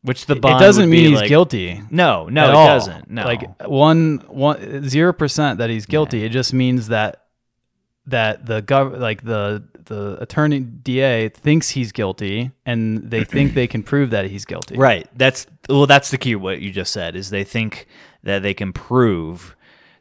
Which the it bond doesn't would be mean he's like- guilty. No, no, at it all. doesn't. No, like one one zero percent that he's guilty. It just means that that the gov like the the attorney DA thinks he's guilty, and they think they can prove that he's guilty. right. That's well. That's the key. What you just said is they think that they can prove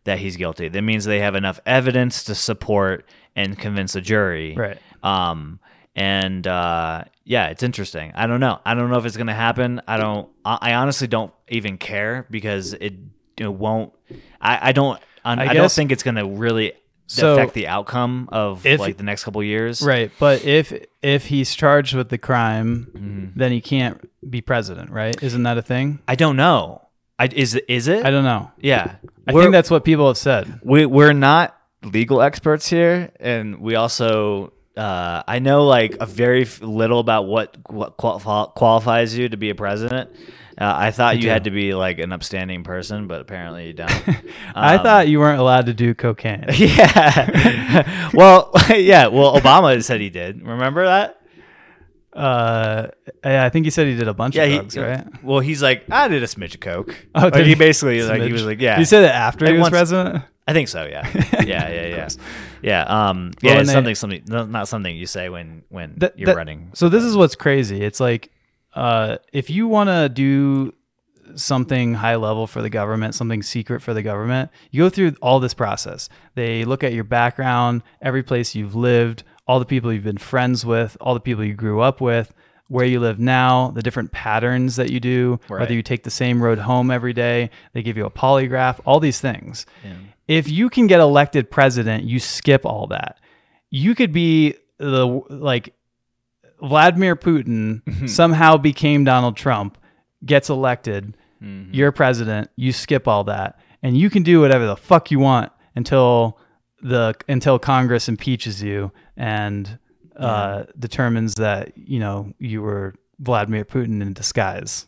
that he's guilty. That means they have enough evidence to support and convince a jury. Right. Um. And uh, yeah, it's interesting. I don't know. I don't know if it's gonna happen. I don't. I, I honestly don't even care because it, it won't. I, I don't. I, I don't guess- think it's gonna really So- affect the outcome of If- like the next couple years. Right, but if if he's charged with the crime, Mhm. then he can't be president, right? Isn't that a thing? I don't know. I, is it- is it? I don't know. yeah, I We're- think that's what people have said. we we're not legal experts here, and we also uh, I know like a very f- little about what what qual- qualifies you to be a president. Uh, I thought you do. had to be like an upstanding person, but apparently you don't. I Um, thought you weren't allowed to do cocaine. yeah. well, yeah. Well, Obama said he did. Remember that? Uh, yeah, I think he said he did a bunch Yeah. of He, drugs, right? Well, he's like, I did a smidge of coke. Oh, like, did he he? basically like he was like, yeah. You said it after Like he was once- president. I think so. Yeah. Yeah. Yeah. Yeah. yeah. Um. yeah. Well, when It's they- something. Something. no- Not something you say when when That- you're that- running. So this is what's crazy. It's like, uh, if you want to do something high level for the government, something secret for the government, you go through all this process. They look at your background, every place you've lived, all the people you've been friends with, all the people you grew up with, where you live now, the different patterns that you do, Right. whether you take the same road home every day, they give you a polygraph, all these things. If you can get elected president, you skip all that. You could be the like Vladimir Putin somehow became Donald Trump, gets elected, Mm-hmm. you're president, you skip all that, and you can do whatever the fuck you want until the until Congress impeaches you and uh, determines that you know you were Vladimir Putin in disguise.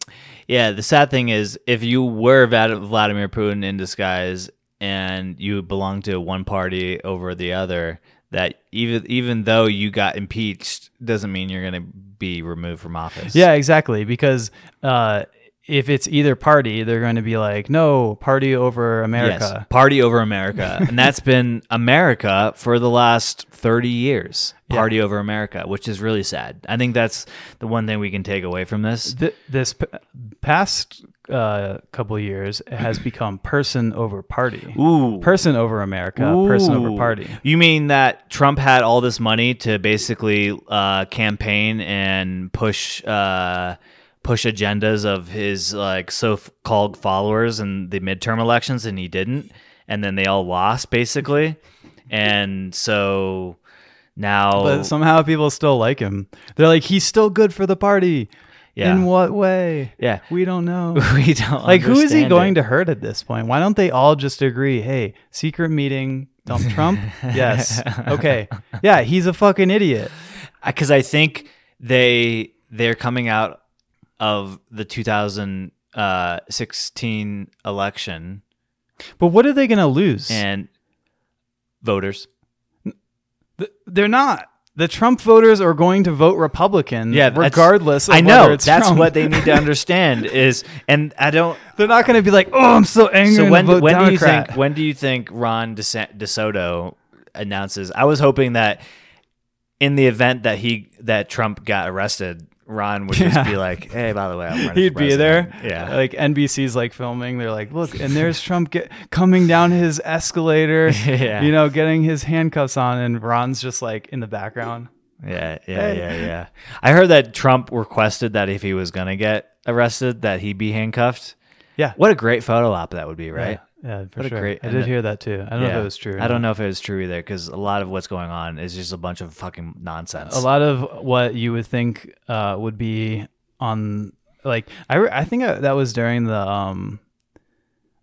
Yeah. The sad thing is, if you were Vlad- Vladimir Putin in disguise and you belonged to one party over the other, that even even though you got impeached, doesn't mean you're gonna be removed from office. Yeah, exactly. Because uh, if it's either party, they're going to be like, no, party over America. Yes, party over America. and that's been America for the last 30 years. Party over America, which is really sad. I think that's the one thing we can take away from this. Th- this p- past uh, couple of years it has become person over party. Ooh. Person over America, person over Ooh. party. You mean that Trump had all this money to basically uh, campaign and push uh, push agendas of his like so-called followers in the midterm elections, and he didn't, and then they all lost basically, and so now But somehow people still like him. They're like, he's still good for the party. Yeah. In what way? Yeah. We don't know. we don't like, who is he understand going it. to hurt at this point? Why don't they all just agree, hey, secret meeting, dump Trump? yes. Okay. Yeah, he's a fucking idiot. because I think they they're coming out of the 2016 election But what are they going to lose? and voters. Th- They're not. The Trump voters are going to vote Republican Yeah, that's- regardless of I know whether it's that's Trump. what they need to understand is, and I don't. They're not going to be like, "Oh, I'm so angry." So and when vote when do you Democrat." think when do you think Ron DeSa- DeSoto announces? I was hoping that in the event that he that Trump got arrested, Ron would just be like, "Hey, by the way, I'm running for He'd be there. Oh, president." Yeah, Like NBC's like filming. They're like, look, and there's Trump get, coming down his escalator, Yeah. you know, getting his handcuffs on. And Ron's just like in the background. Yeah, yeah, yeah, yeah. I heard that Trump requested that if he was gonna get arrested, that he be handcuffed. Yeah. What a great photo op that would be, right? Yeah, for What a sure. great- I and did it- hear that too. I don't know if it was true. or I not. don't know if it was true either, because a lot of what's going on is just a bunch of fucking nonsense. a lot of what you would think uh, would be on like I, re- I think uh, that was during the um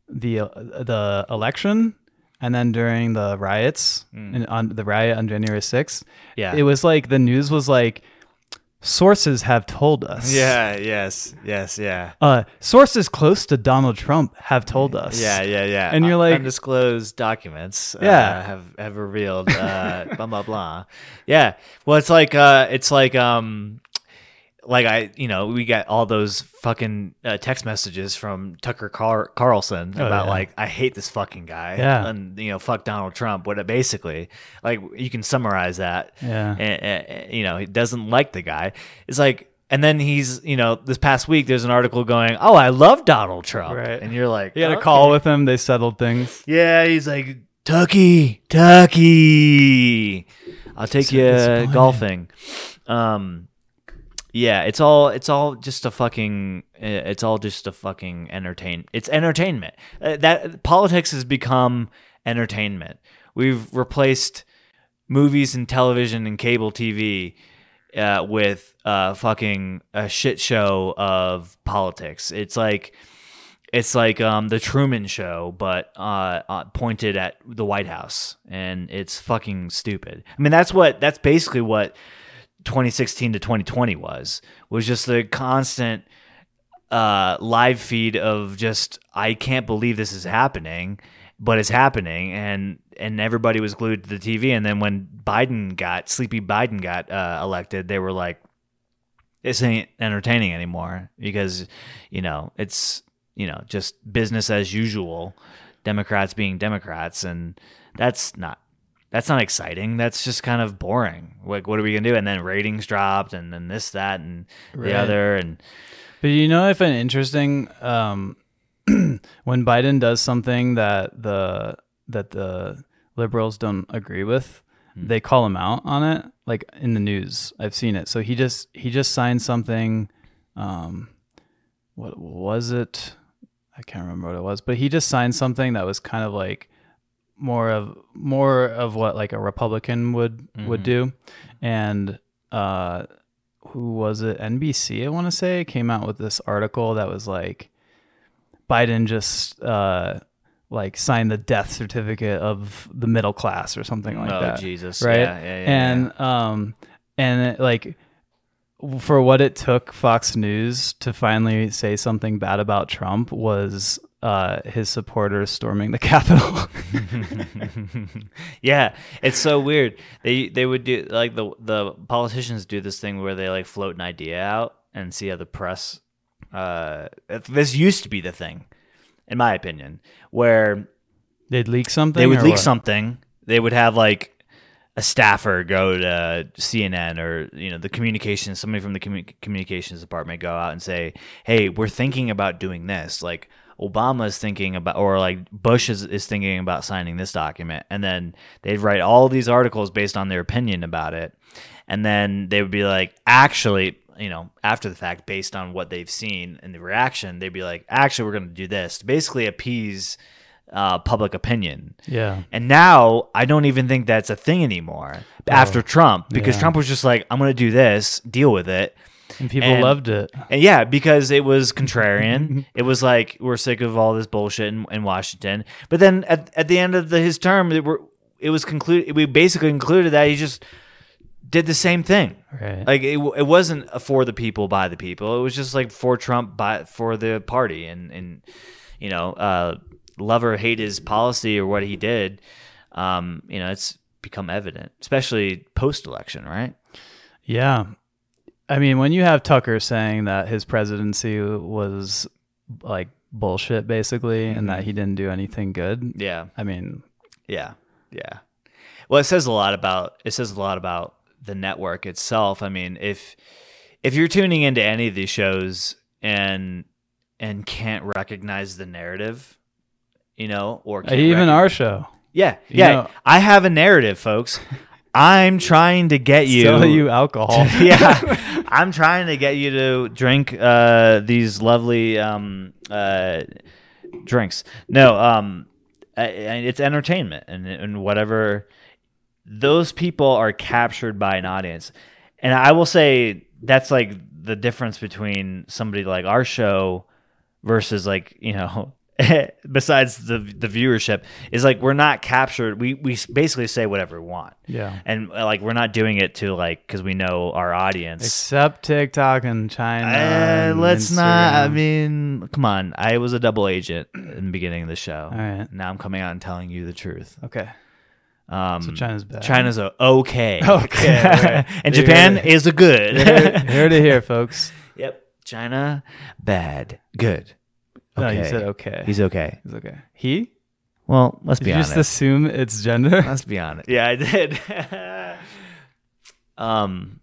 the uh, the election and then during the riots and on the riot on January 6th Yeah. it was like the news was like sources have told us yeah. Yes. Yes. Yeah. uh sources close to Donald Trump have told us Yeah. Yeah. Yeah. And you're Un- like- undisclosed documents. uh, Yeah. have have revealed. Uh, blah blah blah. Yeah. Well, it's like uh, it's like um. Like I, you know, we got all those fucking uh, text messages from Tucker Car- Carlson about Oh, yeah. like I hate this fucking guy, Yeah. and you know, fuck Donald Trump. What it basically, like, you can summarize that, Yeah. and, and- you know he doesn't like the guy it's like and then he's you know this past week there's an article going oh i love donald trump Right. and you're like he had a "Okay." call with him they settled things yeah he's like tucky tucky i'll take So you disappointing. golfing um yeah it's all it's all just a fucking uh, it's all just a fucking entertain it's entertainment Uh, that politics has become entertainment We've replaced movies and television and cable TV uh, with uh, fucking a shit show of politics. It's like it's like um, the Truman Show, but uh, uh, pointed at the White House, and it's fucking stupid. I mean, that's what that's basically what 2016 to 2020 was was just the constant uh, live feed of just I can't believe this is happening, but it's happening, and and everybody was glued to the TV. And then when Biden got sleepy, Biden got uh, elected, they were like, "This ain't entertaining anymore," because you know it's you know just business as usual, Democrats being Democrats, and that's not. That's not exciting. That's just kind of boring. Like, what are we gonna do? And then ratings dropped, and then this, that, and Right. the other, and But you know, if an interesting um, when Biden does something that the that the liberals don't agree with, they call him out on it. Like in the news, I've seen it. So he just he just signed something. Um, what was it? I can't remember what it was, but he just signed something that was kind of like more of more of what like a Republican would would Mhm. do, and uh, who was it? NBC, I want to say, came out with this article that was like Biden just uh, like signed the death certificate of the middle class or something like oh that Jesus, right? Yeah, yeah, yeah, and um and it, like for what it took Fox News to finally say something bad about Trump was uh his supporters storming the Capitol. yeah, it's so weird. They they would do like the the politicians do this thing where they like float an idea out and see how the press. Uh, this used to be the thing, in my opinion, where They'd leak something. they would or leak what? something. They would have like a staffer go to CNN or you know the communications somebody from the commu- communications department go out and say, "Hey, we're thinking about doing this." Like Obama's thinking about or like Bush is, is thinking about signing this document and then they'd write all these articles based on their opinion about it. And then they would be like, "Actually, you know, after the fact based on what they've seen and the reaction, they'd be like, "Actually, we're going to do this." To basically appease uh, public opinion. Yeah. And now I don't even think that's a thing anymore after Trump because yeah. Trump was just like, I'm going to do this, deal with it. And people And- loved it. And yeah, because it was contrarian. it was like, we're sick of all this bullshit in, in Washington. But then at, at the end of the, his term, it, were, it was concluded, we basically concluded that he just did the same thing. Right. Like it, w- it wasn't a for the people by the people. It was just like for Trump by for the party and and you know uh, love or hate his policy or what he did. Um, you know it's become evident, especially post election, right? yeah. I mean, when you have Tucker saying that his presidency was like bullshit basically and Mm-hmm. that he didn't do anything good. Yeah, I mean, yeah, yeah. Well, it says a lot about it says a lot about the network itself. I mean, if if you're tuning into any of these shows and and can't recognize the narrative, you know, or can't even recog- our show. Yeah, You yeah. know- I have a narrative, folks. I'm trying to get you. Sell you alcohol. yeah, I'm trying to get you to drink uh, these lovely um, uh, drinks. No, um, I, I, it's entertainment, and, and whatever those people are captured by an audience, and I will say that's like the difference between somebody like our show versus like you know besides the the viewership is like we're not captured we we basically say whatever we want yeah. and uh, like we're not doing it to like because we know our audience Except TikTok and China. uh, and let's not i Instagram. mean come on i was a double agent in the beginning of the show All right. now i'm coming out and telling you the truth Okay. um So China's bad. china's a okay Okay, right. and There- japan is a Here, good here to here, folks. yep china bad good No, you said okay. he's okay He's okay. He? well let's Did be you honest just assume it's gender? Let's be honest. Yeah, I did. um,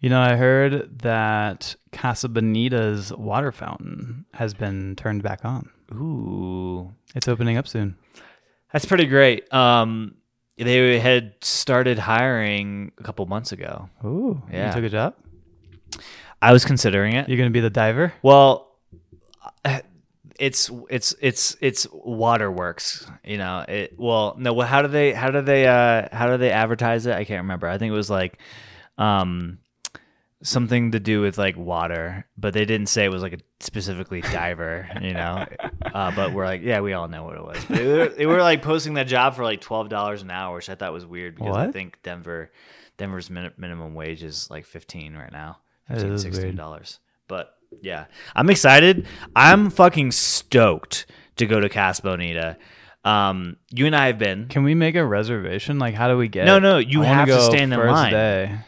You know, I heard that Casa Bonita's water fountain has been turned back on. ooh, It's opening up soon. that's pretty great. Um, they had started hiring a couple months ago. Ooh. Yeah. You took a job? I was considering it. You're going to be the diver? Well, it's it's it's it's waterworks. You know, it well no. Well, how do they how do they uh how do they advertise it? I can't remember. I think it was like, um, something to do with like water, but they didn't say it was like a specifically diver. You know, uh, but we're like, yeah, we all know what it was. But they, were, they were like posting that job for like twelve dollars an hour, which I thought was weird because I What? think Denver Denver's min- minimum wage is like fifteen right now. That is 15 weird. 16 dollars but yeah i'm excited i'm fucking stoked to go to casa bonita um you and i have been Can we make a reservation? Like, how do we get? No, it? no, you I wanna have to go stand in first line. Day.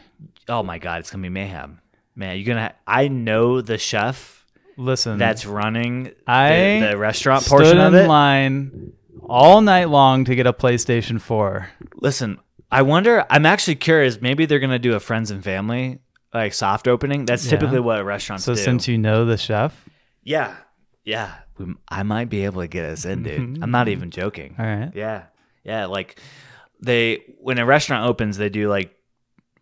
oh my god it's gonna be mayhem man you're gonna i know the chef Listen, that's running the- I the, restaurant stood portion in of it line all night long to get a PlayStation Four. listen i wonder i'm actually curious maybe they're gonna do a friends and family like soft opening that's typically what restaurants So do since you know the chef, yeah yeah we, i might be able to get us in dude i'm not even joking all right. Yeah. Yeah. Like they, when a restaurant opens, they do like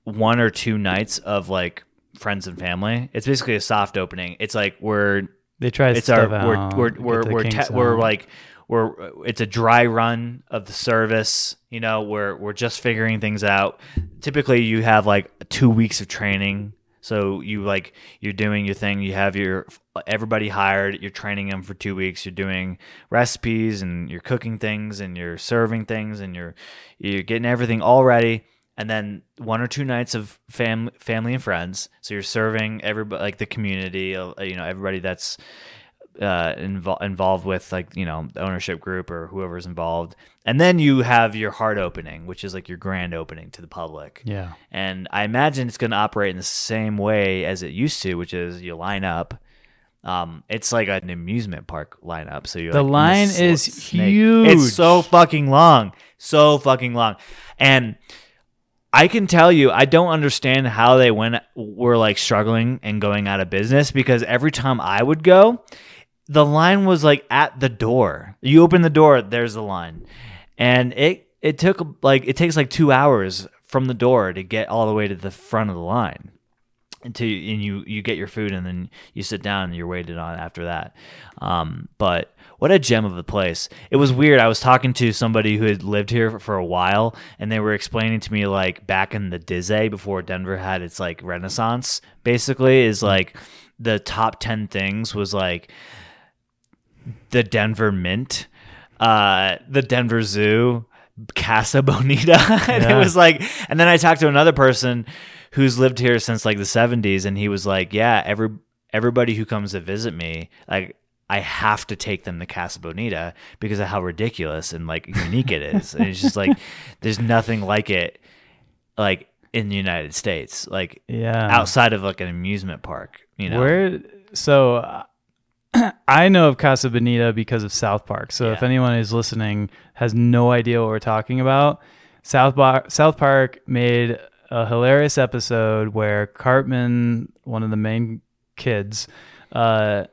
one or two nights of like friends and family. It's basically a soft opening. It's like we're, They try. it's stuff our, out, we're, get we're, the we're, we're, kinks te- we're out. like, we're, it's a dry run of the service. You know, we're, we're just figuring things out. Typically, you have like two weeks of training. So you like you're doing your thing. You have your everybody hired. You're training them for two weeks. You're doing recipes and you're cooking things and you're serving things and you're you're getting everything all ready. And then one or two nights of fam- family and friends. So you're serving everybody like the community. uh, You know everybody that's uh, invol- involved with like you know the ownership group or whoever's involved. And then you have your heart opening, which is like your grand opening to the public. yeah. And I imagine it's going to operate in the same way as it used to, which is you line up. Um, it's like an amusement park lineup. So you're The like, in line this little is snake. huge. It's so fucking long, so fucking long, and I can tell you, I don't understand how they went were like struggling and going out of business because every time I would go, the line was like at the door. You open the door, there's the line. And it it took like it takes like 2 hours from the door to get all the way to the front of the line. Until you, and you you get your food and then you sit down and you're waited on after that. Um, but what a gem of a place. It was weird. I was talking to somebody who had lived here for a while and they were explaining to me like back in the Dizay before Denver had its like renaissance basically is like the top 10 things was like the Denver Mint, uh, the Denver Zoo, Casa Bonita. and it Yeah. was like, and then I talked to another person who's lived here since like the 70s, and he was like, Yeah, every everybody who comes to visit me, like, I have to take them to Casa Bonita because of how ridiculous and like unique it is. and it's just like, there's nothing like it, like in the United States, like Yeah. outside of like an amusement park, you know? Where so uh, I know of Casa Bonita because of South Park. So if Yeah. anyone who's listening has no idea what we're talking about, South Park South Park made a hilarious episode where Cartman, one of the main kids, uh,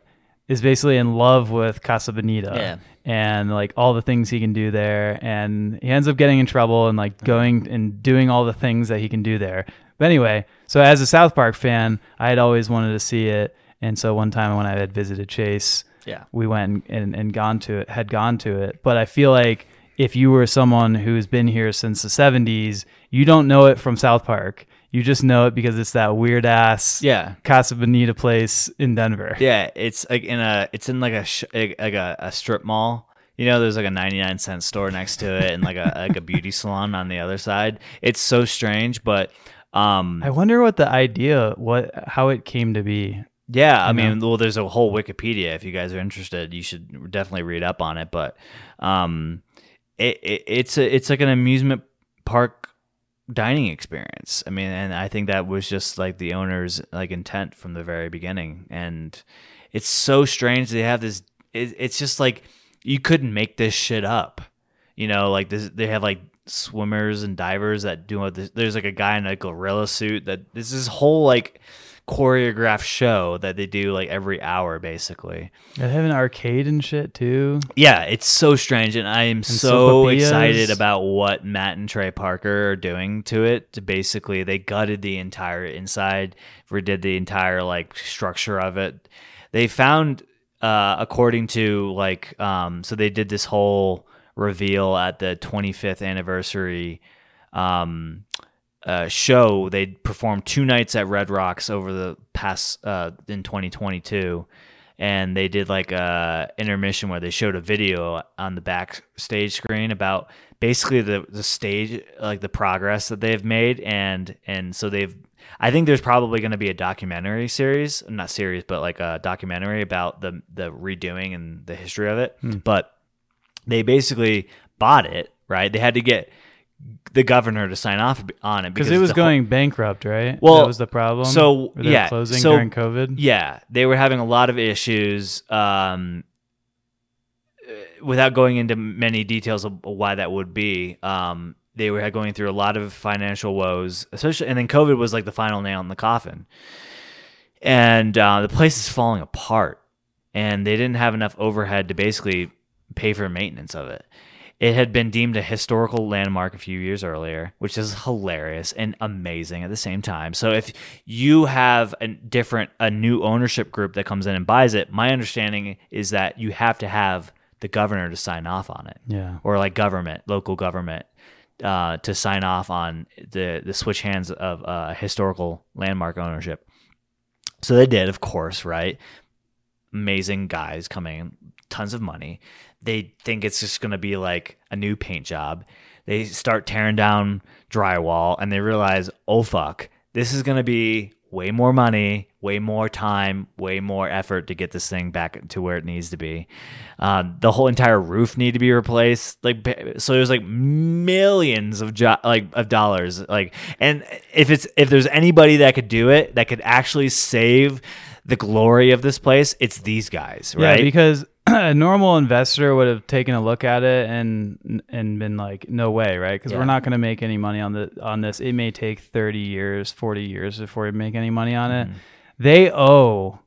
is basically in love with Casa Bonita. Yeah. And like all the things he can do there, and he ends up getting in trouble and Mm-hmm. like going and doing all the things that he can do there. But anyway, so as a South Park fan, I had always wanted to see it, and so one time when I had visited Chase, yeah. we went and, and gone to it had gone to it but i feel like if you were someone who's been here since the 70s you don't know it from south park you just know it because it's that weird ass Yeah. casa bonita place in denver Yeah, it's like in a it's in like a sh- like like a, a strip mall. You know, there's like a 99 cent store next to it and like a like a beauty salon on the other side. It's so strange, but um i wonder what the idea what how it came to be yeah, I you know. mean, well there's a whole Wikipedia if you guys are interested. You should definitely read up on it, but um it, it it's a, it's like an amusement park dining experience. I mean, and I think that was just like the owner's like intent from the very beginning. And it's so strange they have this. It, it's just like you couldn't make this shit up. You know, like this, they have like swimmers and divers that do all this. There's like a guy in a gorilla suit that this is whole like choreographed show that they do like every hour basically. they have an arcade and shit too Yeah, it's so strange, and I am so Sopapillas. excited about what Matt and Trey Parker are doing to it. To basically, they gutted the entire inside, redid the entire like structure of it. They found uh, according to like um, so they did this whole reveal at the 25th anniversary um, uh, show. They performed two nights at Red Rocks over the past uh, in 2022, and they did like a intermission where they showed a video on the backstage screen about basically the the stage like the progress that they've made and and so they've I think there's probably going to be a documentary series, not series, but like a documentary about the the redoing and the history of it. But they basically bought it, right? They had to get the governor to sign off on it because it was the whole- going bankrupt, right? Well, that was the problem. so, Were they yeah, closing so- during COVID. yeah, they were having a lot of issues. Um, uh, without going into many details of why that would be, um, they were going through a lot of financial woes, especially, and then COVID was like the final nail in the coffin, and uh, the place is falling apart, and they didn't have enough overhead to basically pay for maintenance of it. It had been deemed a historical landmark a few years earlier, which is hilarious and amazing at the same time. So if you have a different a new ownership group that comes in and buys it, my understanding is that you have to have the governor to sign off on it Yeah. or like government, local government, uh, to sign off on the the switch hands of uh, historical landmark ownership. So they did, of course, right? Amazing guys coming, tons of money. They think it's just going to be like a new paint job. They start tearing down drywall and they realize, oh fuck, this is going to be way more money, way more time, way more effort to get this thing back to where it needs to be. Um, the whole entire roof need to be replaced. Like, ba- so there's like millions of jo- like of dollars. Like, and if it's if there's anybody that could do it, that could actually save the glory of this place, it's these guys, right? Yeah, because a normal investor would have taken a look at it and and been like, no way, right? Because Yeah. we're not going to make any money on the on this. It may take thirty years, forty years before we make any money on it. Mm-hmm. They owe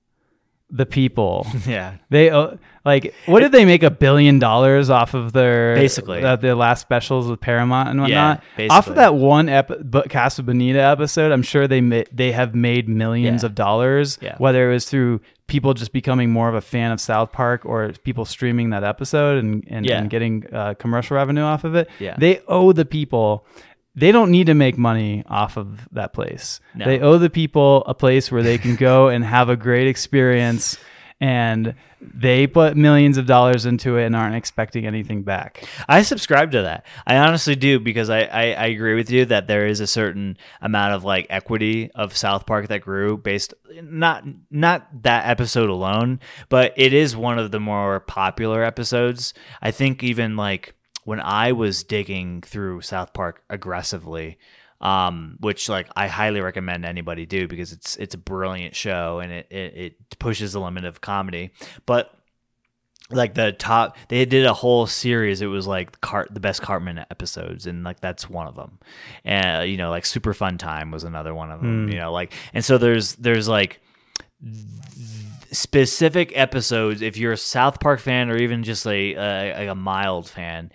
the people. yeah. They owe, like what did they make a billion dollars off of their Basically. uh, their last specials with Paramount and whatnot? Yeah, off basically. of that one ep- but Casa Bonita episode, I'm sure they ma- they have made millions Yeah. of dollars. Yeah. Whether it was through people just becoming more of a fan of South Park or people streaming that episode and and, Yeah. and getting uh, commercial revenue off of it, Yeah. they owe the people. They don't need to make money off of that place. No. They owe the people a place where they can go and have a great experience and they put millions of dollars into it and aren't expecting anything back. I subscribe to that. I honestly do because I, I, I agree with you that there is a certain amount of like equity of South Park that grew based not not that episode alone, but it is one of the more popular episodes. I think even like when I was digging through South Park aggressively, um, which like I highly recommend anybody do because it's it's a brilliant show and it, it, it pushes the limit of comedy. But like the top they did a whole series it was like cart the best cartman episodes and like that's one of them and uh, you know like super fun time was another one of them Hmm. you know like and so there's there's like specific episodes if you're a south park fan or even just a a, a mild fan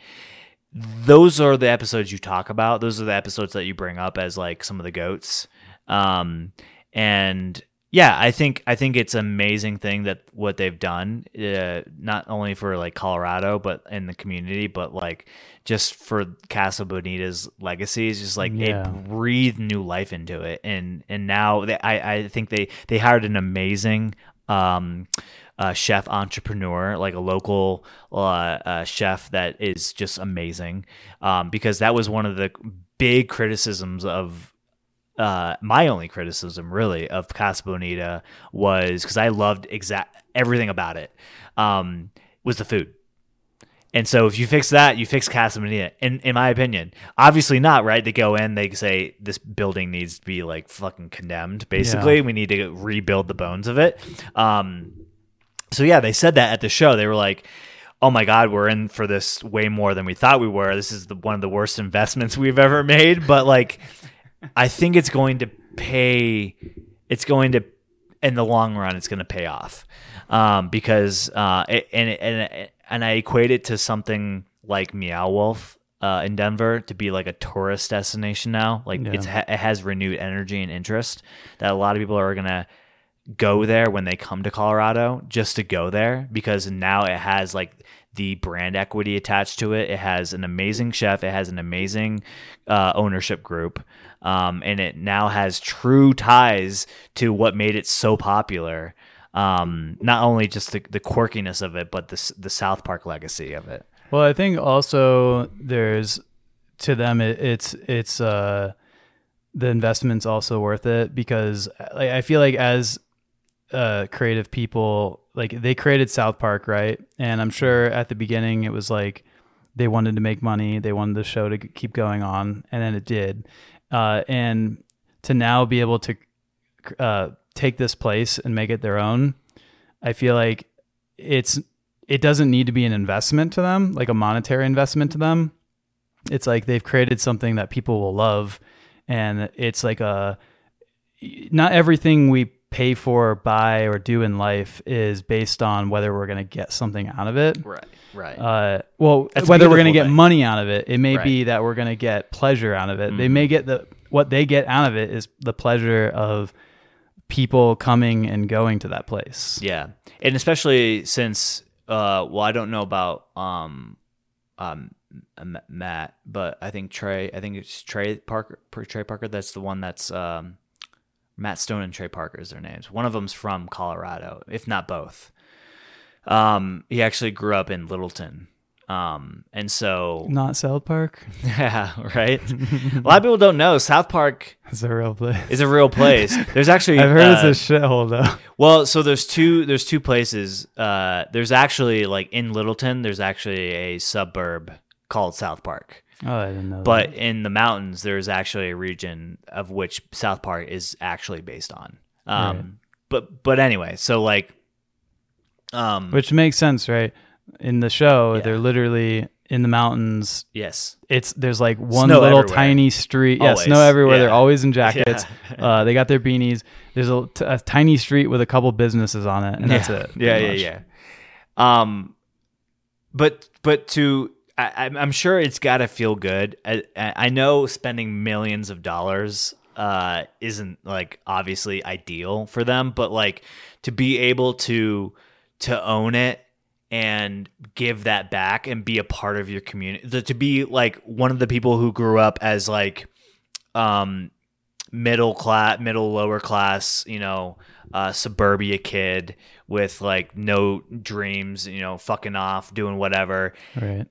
those are the episodes you talk about those are the episodes that you bring up as like some of the goats um and yeah i think i think it's amazing thing that what they've done uh, not only for like colorado but in the community but like just for casa bonita's legacy is just like Yeah. it breathed new life into it and and now they, I, I think they they hired an amazing um uh, chef entrepreneur like a local uh, uh, chef that is just amazing um, because that was one of the big criticisms of uh, my only criticism really of Casa Bonita was because I loved exact everything about it um, was the food. And so if you fix that, you fix Casa Bonita. In in my opinion, obviously not right. They go in, they say this building needs to be like fucking condemned. Basically, we need to rebuild the bones of it. Um, so yeah, they said that at the show. They were like, "Oh my god, we're in for this way more than we thought we were. This is the, one of the worst investments we've ever made." But like, I think it's going to pay. It's going to, in the long run, it's going to pay off, um, because uh, it, and and and I equate it to something like Meow Wolf. Uh, in Denver to be like a tourist destination now, like Yeah. it's ha- it has renewed energy and interest that a lot of people are gonna go there when they come to Colorado just to go there because now it has like the brand equity attached to it. It has an amazing chef. It has an amazing uh, ownership group, um, and it now has true ties to what made it so popular. Um, not only just the, the quirkiness of it, but the s- the South Park legacy of it. Well, I think also there's to them it, it's it's uh the investment's also worth it because like, I feel like as uh creative people like they created South Park, right? And I'm sure at the beginning it was like they wanted to make money, they wanted the show to keep going on, and then it did. Uh, and to now be able to uh, take this place and make it their own, I feel like it's it doesn't need to be an investment to them, like a monetary investment to them. It's like they've created something that people will love and it's like a not everything we pay for, buy or do in life is based on whether we're going to get something out of it. Right. Right. Uh, well, That's a whether we're beautiful going to get thing. money out of it, it may Right. Mm-hmm. be that we're going to get pleasure out of it. They may get the what they get out of it is the pleasure of people coming and going to that place. Yeah, and especially since, uh, well, I don't know about um, um, M- Matt, but I think Trey. I think it's Trey Parker. Per- Trey Parker. That's the one that's um, Matt Stone and Trey Parker is their names. One of them's from Colorado, if not both. Um, he actually grew up in Littleton. Um, and so Not South Park. yeah, right. a lot of people don't know South Park It's a real place. is a real place. There's actually I've heard uh, it's a shithole though. Well, so there's two there's two places. Uh, there's actually like in Littleton, there's actually a suburb called South Park. Oh, I didn't know. But in the mountains, there's actually a region of which South Park is actually based on. Um, Right. But but anyway, so like, um, that. which makes sense, right? In the show, Yeah. they're literally in the mountains. yes, It's there's like one Snow little everywhere. tiny street. Always. Yeah, snow everywhere. They're Yeah. always in jackets. Yeah. uh, they got their beanies. There's a, t- a tiny street with a couple businesses on it, and that's yeah. it. Yeah, pretty yeah, much. yeah. Um, but but to I, I'm- I'm sure it's got to feel good. I, I I know spending millions of dollars uh isn't like obviously ideal for them, but like to be able to to own it and give that back and be a part of your community to- to be like one of the people who grew up as like um middle class middle lower class you know uh suburbia kid with like no dreams you know fucking off doing whatever Right.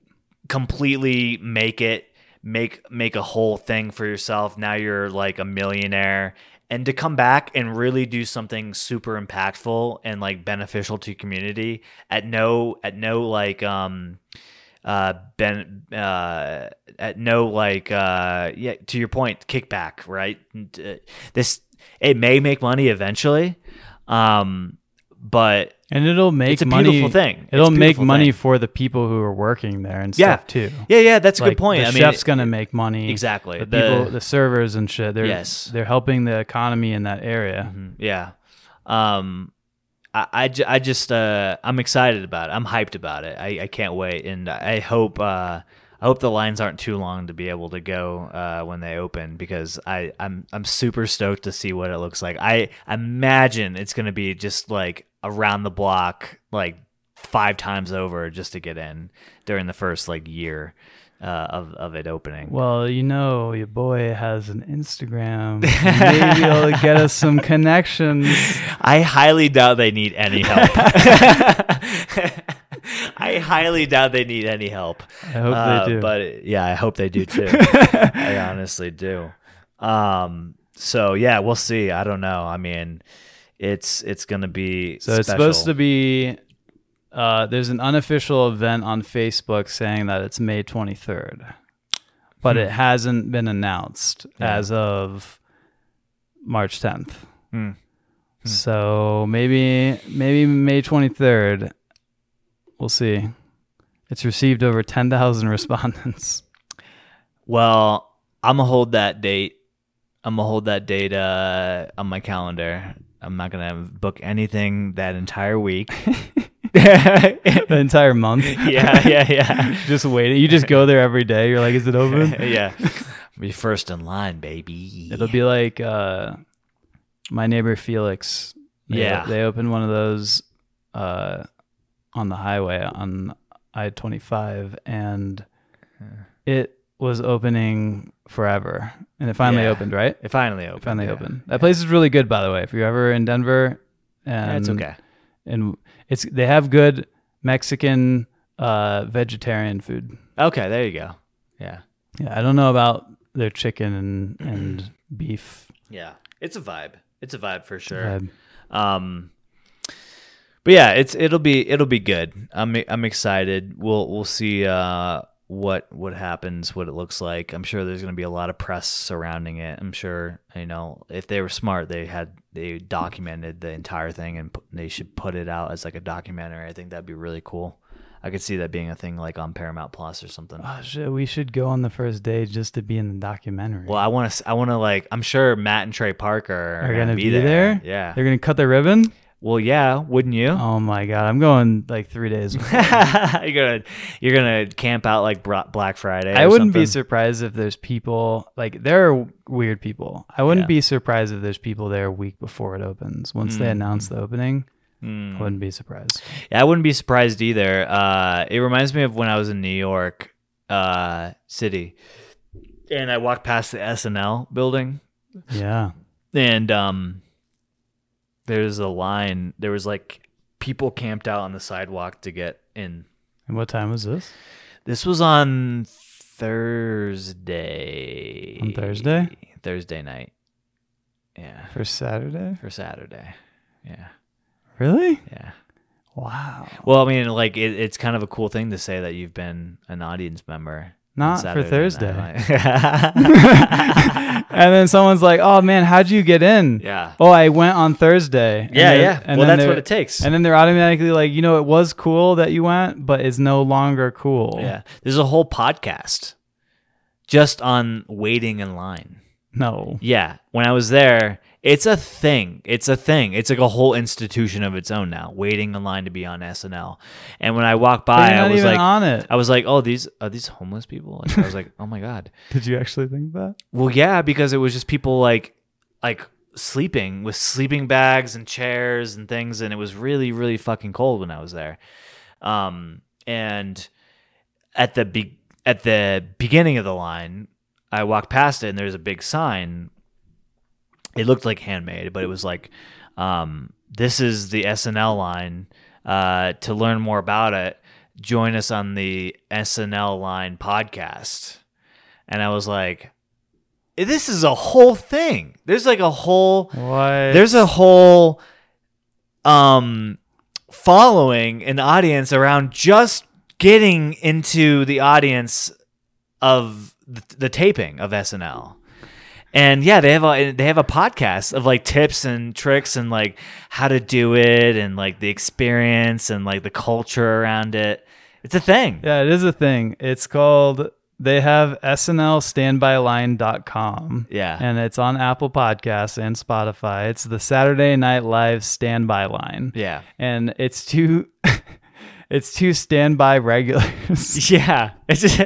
completely make it make make a whole thing for yourself now you're like a millionaire and to come back and really do something super impactful and like beneficial to community at no at no like um uh ben uh at no like uh yeah to your point kickback right And, uh, this it may make money eventually um but And it'll make it's a money. beautiful thing It'll It's a make beautiful money thing. for the people who are working there and Yeah. stuff too. yeah yeah that's a good Like, point The i mean chef's gonna make money. exactly Mm-hmm. The, The- people, the servers and shit. They're Yes. they're helping the economy in that area. Mhm. Yeah. Um, I, I, ju- I just, uh, I'm excited about it. I'm hyped about it. I, I can't wait. And I hope, uh, I hope the lines aren't too long to be able to go uh, when they open because I, I'm I'm super stoked to see what it looks like. I imagine it's gonna be just like around the block, like five times over, just to get in during the first like year uh, of of it opening. Well, you know, your boy has an Instagram. Maybe it'll get us some connections. I highly doubt they need any help. I highly doubt they need any help. I hope Uh, they do. But it- yeah, I hope they do too. I honestly do. Um, so yeah, we'll see. I don't know. I mean, it's it's gonna be So it's supposed to be. Uh, there's an unofficial event on Facebook saying that it's May 23rd, but it hasn't been announced Hmm. Yeah. as of March 10th. Hmm. So maybe maybe May 23rd. We'll see. It's received over 10,000 respondents. Well, I'm gonna hold that date. I'm gonna hold that date uh, on my calendar. I'm not gonna book anything that entire week. yeah, the entire month. yeah, yeah. just waiting. You just go there every day. You're like, is it open? yeah. Be first in line, baby. It'll be like uh, my neighbor Felix They, Yeah. They opened one of those uh, on the highway on I 25, and it was opening forever. And it finally Yeah. opened, right? It finally opened. It finally yeah. opened. That place is really good, by the way. If you're ever in Denver, and Yeah, it's okay. And it's they have good Mexican uh, vegetarian food. Okay, there you go. Yeah. Yeah, I don't know about their chicken and, and beef. Yeah. It's a vibe. It's a vibe for sure. vibe. Um but yeah, it's it'll be it'll be good. I'm I'm excited. We'll we'll see uh what what happens, what it looks like. I'm sure there's going to be a lot of press surrounding it. I'm sure, you know, if they were smart, they had they documented the entire thing and put, they should put it out as like a documentary. I think that'd be really cool. I could see that being a thing like on Paramount Plus or something. Oh, shit, we should go on the first day just to be in the documentary. Well, I want to. I want to like. I'm sure Matt and Trey Parker are, Are gonna, be, there. Yeah. They're gonna cut the ribbon. well, yeah. Wouldn't you? Oh my god, I'm going like three days. before. you're gonna you're gonna camp out like Bra- Black Friday. I or wouldn't be something? surprised if there's people like there are weird people. I wouldn't Yeah. Hmm. be surprised if there's people there a week before it opens. Once they announce the opening, I wouldn't be surprised. Yeah, I wouldn't be surprised either. Uh, it reminds me of when I was in New York uh, City, and I walked past the SNL building, Yeah. and um, there's a line. There was like people camped out on the sidewalk to get in. And what time was this? This was on Thursday. On Thursday? Thursday night. Yeah. For Saturday? For Saturday. Yeah. Really? Yeah. Wow. Well, I mean, like it, it's kind of a cool thing to say that you've been an audience member. on Not for Saturday Thursday. Night and Live. then someone's like, "Oh man, how'd you get in?" yeah. Oh, I went on Thursday. And Yeah, they're- yeah. and well, then that's they're- what it takes. And then they're automatically like, you know, it was cool that you went, but it's no longer cool. yeah. There's a whole podcast just on waiting in line. No. Yeah, when I was there, it's a thing. It's a thing. It's like a whole institution of its own now, waiting in line to be on SNL. And when I walked But by, you're not I was even like, on it. I was like, oh, these are these homeless people. Like, I was like, oh my god. Did you actually think that? Well, yeah, because it was just people like like sleeping with sleeping bags and chairs and things, and it was really really fucking cold when I was there. Um, and at the be- at the beginning of the line, I walked past it, and there's a big sign. It looked like handmade, but it was like, um, "This is the SNL line." Uh, to learn more about it, join us on the SNL line podcast. And I was like, this is a whole thing. There's like a whole Why? there's a whole um following an audience around just getting into the audience of the, the taping of SNL. And yeah, they have a they have a podcast of like tips and tricks and like how to do it and like the experience and like the culture around it. It's a thing. yeah, it is a thing. It's called. They have SNLStandbyLine.com. Yeah. And it's on Apple Podcasts and Spotify. It's the Saturday Night Live Standby Line. Yeah. And it's two. it's two standby regulars. Yeah. It's just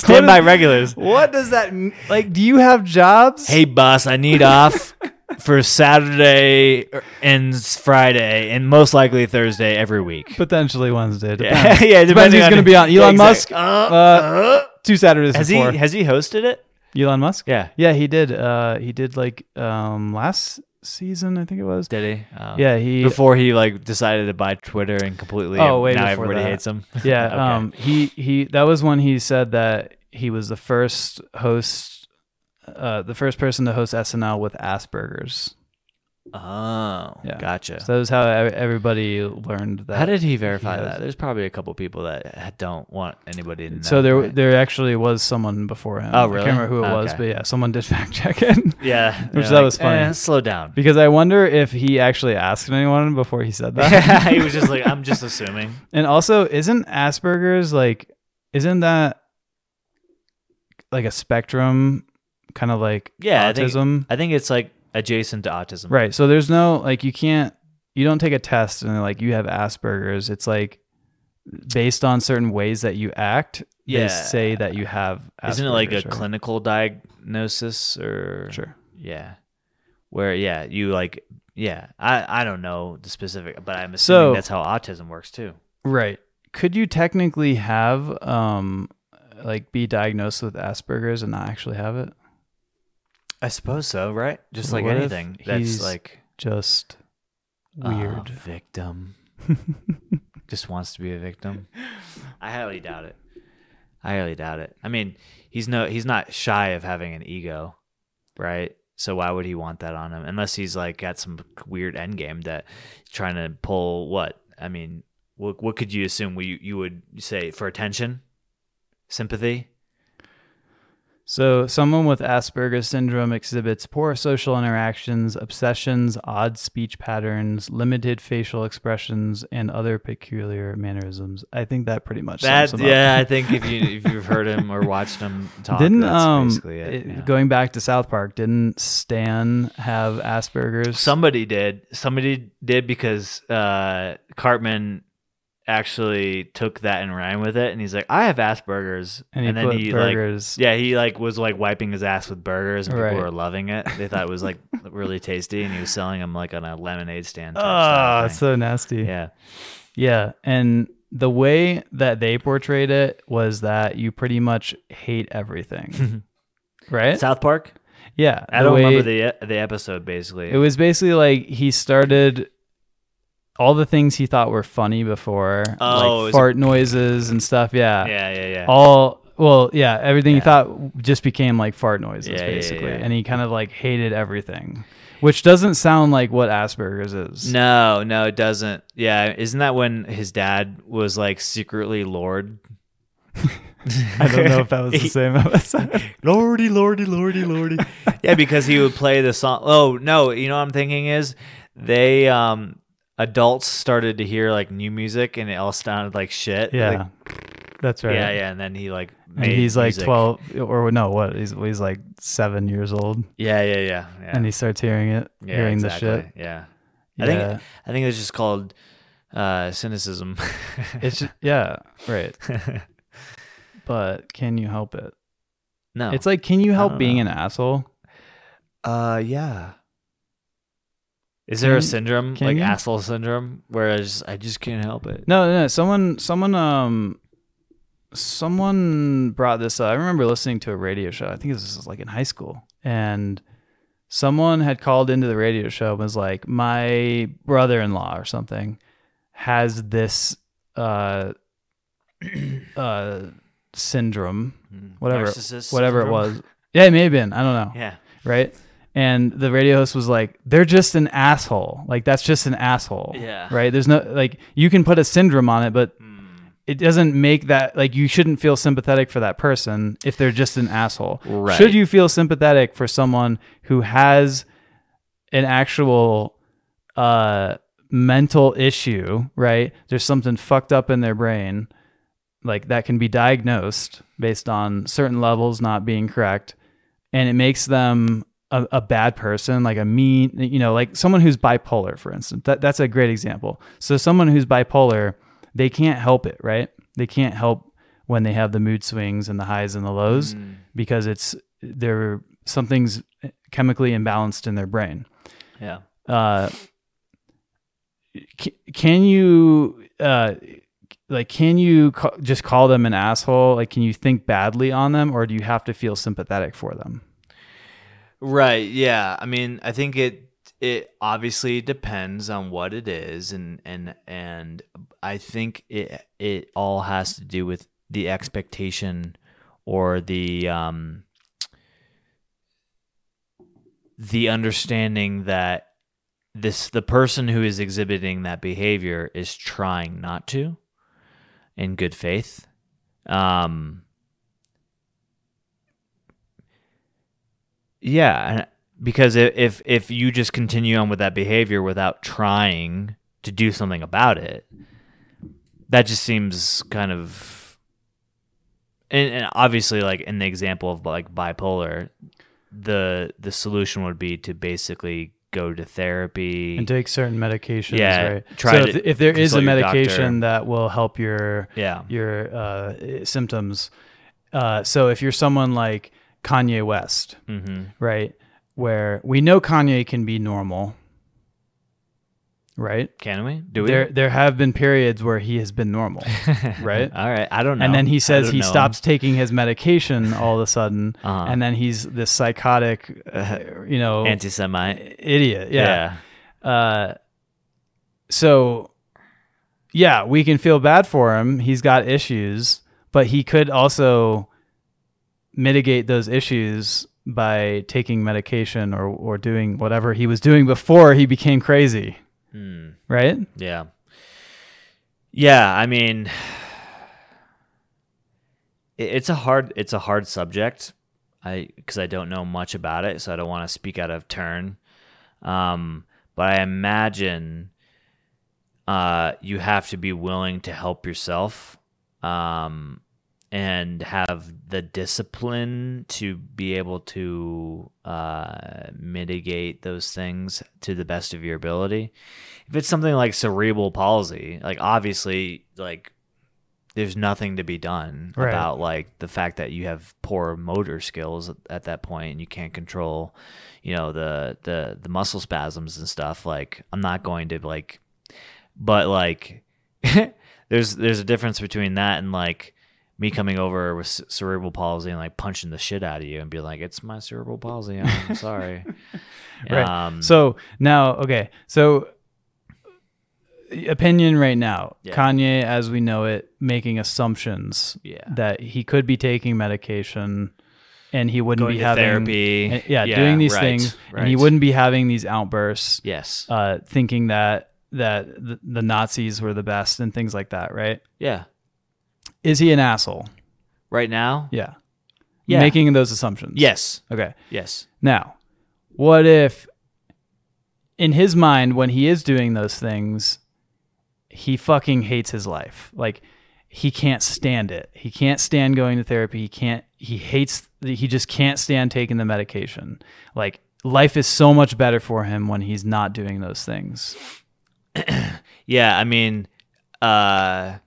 standby regulars. what does that mean? Like, do you have jobs? hey boss i need off for saturday and friday and most likely thursday every week Potentially Wednesday. Depends. yeah depending Depends who's on- gonna be on. Elon Musk? exact- uh, uh, Two Saturdays has he before. has he hosted it Elon Musk. yeah Yeah, he did. Uh, he did like um last season, I think it was. did he Oh. Yeah, he. before he like decided to buy twitter and completely Oh, way now before everybody that. hates him Yeah. Okay. Um. He he. That was when he said that he was the first host, uh, the first person to host SNL with Asperger's. oh Yeah. gotcha So that was how ev- everybody learned that. how did he verify has- that? There's probably a couple people that don't want anybody to know. so there, right? there actually was someone before him. Oh, I really? can't remember who it was, Okay. but yeah, someone did fact check it yeah, which they're that was funny. "Eh, slow down. because I wonder if he actually asked anyone before he said that. he was just like, I'm just assuming. And also, isn't Asperger's like, isn't that like a spectrum, kind of like Yeah, I think- autism? I think it's like adjacent to autism. Right. So there's no like you can't you don't take a test and they're like you have Asperger's. It's like based on certain ways that you act, Yeah. they say that you have. Asperger's, Isn't it like a right? clinical diagnosis or Sure. yeah. where yeah, you like yeah, I I don't know the specific, but I'm assuming So- that's how autism works too. Right. Could you technically have um like be diagnosed with Asperger's and not actually have it? I suppose so, right? Just What like if anything that's he's like Just "Ah, weird. victim. Just wants to be a victim. I highly doubt it. I highly doubt it. I mean, he's no he's not shy of having an ego, right? So why would he want that on him? Unless he's like got some weird end game that trying to pull what? I mean, what what could you assume we you would say for attention? Sympathy? So, someone with Asperger's syndrome exhibits poor social interactions, obsessions, odd speech patterns, limited facial expressions, and other peculiar mannerisms. I think that pretty much That sums him yeah, I up. think if you if you've heard him or watched him talk, didn't that's um basically it. it- yeah. going back to South Park, didn't Stan have Asperger's? Somebody did. Somebody did because uh, Cartman actually took that and ran with it, and he's like, "I have Asperger's," and he then put he like, burgers. yeah, he like was like wiping his ass with burgers, and Right. people were loving it. They thought it was like really tasty, and he was selling them like on a lemonade stand. type style Oh, thing. so nasty. yeah, Yeah, and the way that they portrayed it was that you pretty much hate everything, right? South Park. yeah, I don't way- remember the the episode basically. It was basically like he started all the things he thought were funny before, Oh, it like was fart noises and stuff. Yeah, yeah, yeah, yeah. all well, yeah, everything he Yeah. thought just became like fart noises, Yeah, yeah, yeah, basically, yeah. and he kind of like hated everything, which doesn't sound like what Asperger's is. No, no, it doesn't. Yeah, isn't that when his dad was like secretly Lord? I don't know if that was the same episode. Lordy, lordy, lordy, lordy. yeah, because he would play the song. Oh no, you know what I'm thinking is they um adults started to hear like new music and it all sounded like shit. Yeah, Like, that's right. yeah, yeah. And then he like And made he's like music. twelve, or no, what? He's he's like seven years old, Yeah, yeah, yeah. yeah. and he starts hearing it, yeah, hearing the exactly. shit. Yeah. Yeah, I think I think it's just called uh cynicism. it's just, yeah, right. But can you help it? no. It's like, can you help don't being know. an asshole? Uh, yeah. Is Can there you- a syndrome can like you? asshole syndrome where I just I just can't help it? No, no. Someone, someone, um, someone brought this up. I remember listening to a radio show. I think this was like in high school, and someone had called into the radio show and was like, "My brother-in-law or something has this uh, uh, syndrome, Mm. whatever- Narcissist whatever it syndrome? was. Yeah, it may have been. I don't know. Yeah. Right." And the radio host was like, "They're just an asshole. Like that's just an asshole." Yeah. Right? There's no like you can put a syndrome on it, but Mm. it doesn't make that like you shouldn't feel sympathetic for that person if they're just an asshole. Right. Should you feel sympathetic for someone who has an actual uh mental issue, right? There's something fucked up in their brain like that can be diagnosed based on certain levels not being correct and it makes them a, a bad person, like a mean, you know, like someone who's bipolar, for instance. That, that's a great example. So, someone who's bipolar, they can't help it, right? They can't help when they have the mood swings and the highs and the lows Mm. because it's they're something's chemically imbalanced in their brain. Yeah. Uh, c- can you uh, like can you ca- just call them an asshole? Like, can you think badly on them, or do you have to feel sympathetic for them? Right. Yeah. I mean, I think it it obviously depends on what it is, and and and I think it it all has to do with the expectation or the um the understanding that this the person who is exhibiting that behavior is trying not to in good faith um Yeah, and- because i- if if you just continue on with that behavior without trying to do something about it, that just seems kind of and, and obviously like in the example of like bipolar, the the solution would be to basically go to therapy. and take certain medications. Yeah, right. try so to if, if there is a consult your doctor. medication that will help your yeah. your uh, symptoms, uh, so if you're someone like Kanye West, Mm-hmm. right, where we know Kanye can be normal, right? Can we? Do we? There, there have been periods where he has been normal, right? All right. I don't know. and then I he says don't he know him. stops taking his medication all of a sudden, Uh-huh. and then he's this psychotic, uh, you know, Anti-Semite. idiot. Yeah. Uh, so, yeah, we can feel bad for him. He's got issues, but he could also mitigate those issues by taking medication or or doing whatever he was doing before he became crazy, Yeah. Hmm. right? Yeah. Yeah, I mean i- it's a hard it's a hard subject. I cuz I don't know much about it, so I don't want to speak out of turn. Um but I imagine uh you have to be willing to help yourself um and have the discipline to be able to uh, mitigate those things to the best of your ability if it's something like cerebral palsy, like obviously, like there's nothing to be done Right. about like the fact that you have poor motor skills at, at that point and you can't control, you know, the the the muscle spasms and stuff. Like I'm not going to like, but like there's there's a difference between that and like me coming over with c- cerebral palsy and like punching the shit out of you and be like, it's my cerebral palsy. I'm sorry. Right. Um, So now, okay, so opinion right now, Yeah. Kanye, as we know it, making assumptions yeah. that he could be taking medication and he wouldn't Going be to having therapy. and- yeah, Yeah, doing these right, things and he right. wouldn't be having these outbursts Yes. uh, thinking that that the, the nazis were the best and things like that right yeah. is he an asshole Right now? yeah Yeah. making those assumptions Yes. okay Yes. now what if in his mind when he is doing those things he fucking hates his life. Like he can't stand it. He can't stand going to therapy. He can't he hates he just can't stand taking the medication. Like life is so much better for him when he's not doing those things. Yeah, I mean uh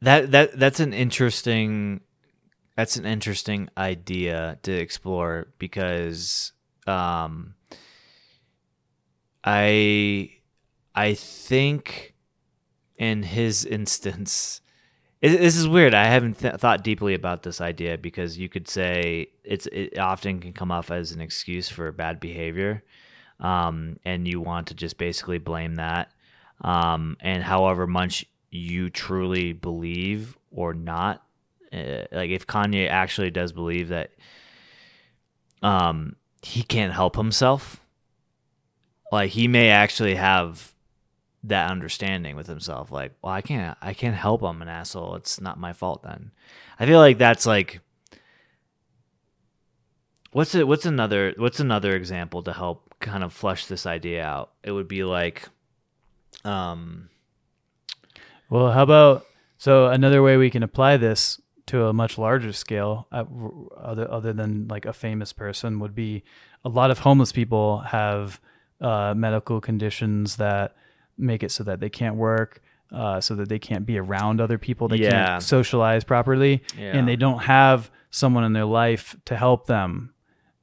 that that that's an interesting that's an interesting idea to explore because um I I think in his instance it, this is weird. I haven't th- thought deeply about this idea because you could say it's it often can come off as an excuse for bad behavior. um, and you want to just basically blame that. Um, and however much you truly believe or not, uh, like if Kanye actually does believe that um, he can't help himself, like he may actually have that understanding with himself. Like, well, I can't, I can't help. I'm an asshole. It's not my fault. Then, I feel like that's like. What's it? What's another? What's another example to help kind of flush this idea out? It would be like, um, Well, how about so another way we can apply this to a much larger scale, uh, other other than like a famous person, would be a lot of homeless people have uh, medical conditions that make it so that they can't work, uh, so that they can't be around other people, they Yeah. can't socialize properly, Yeah. and they don't have someone in their life to help them,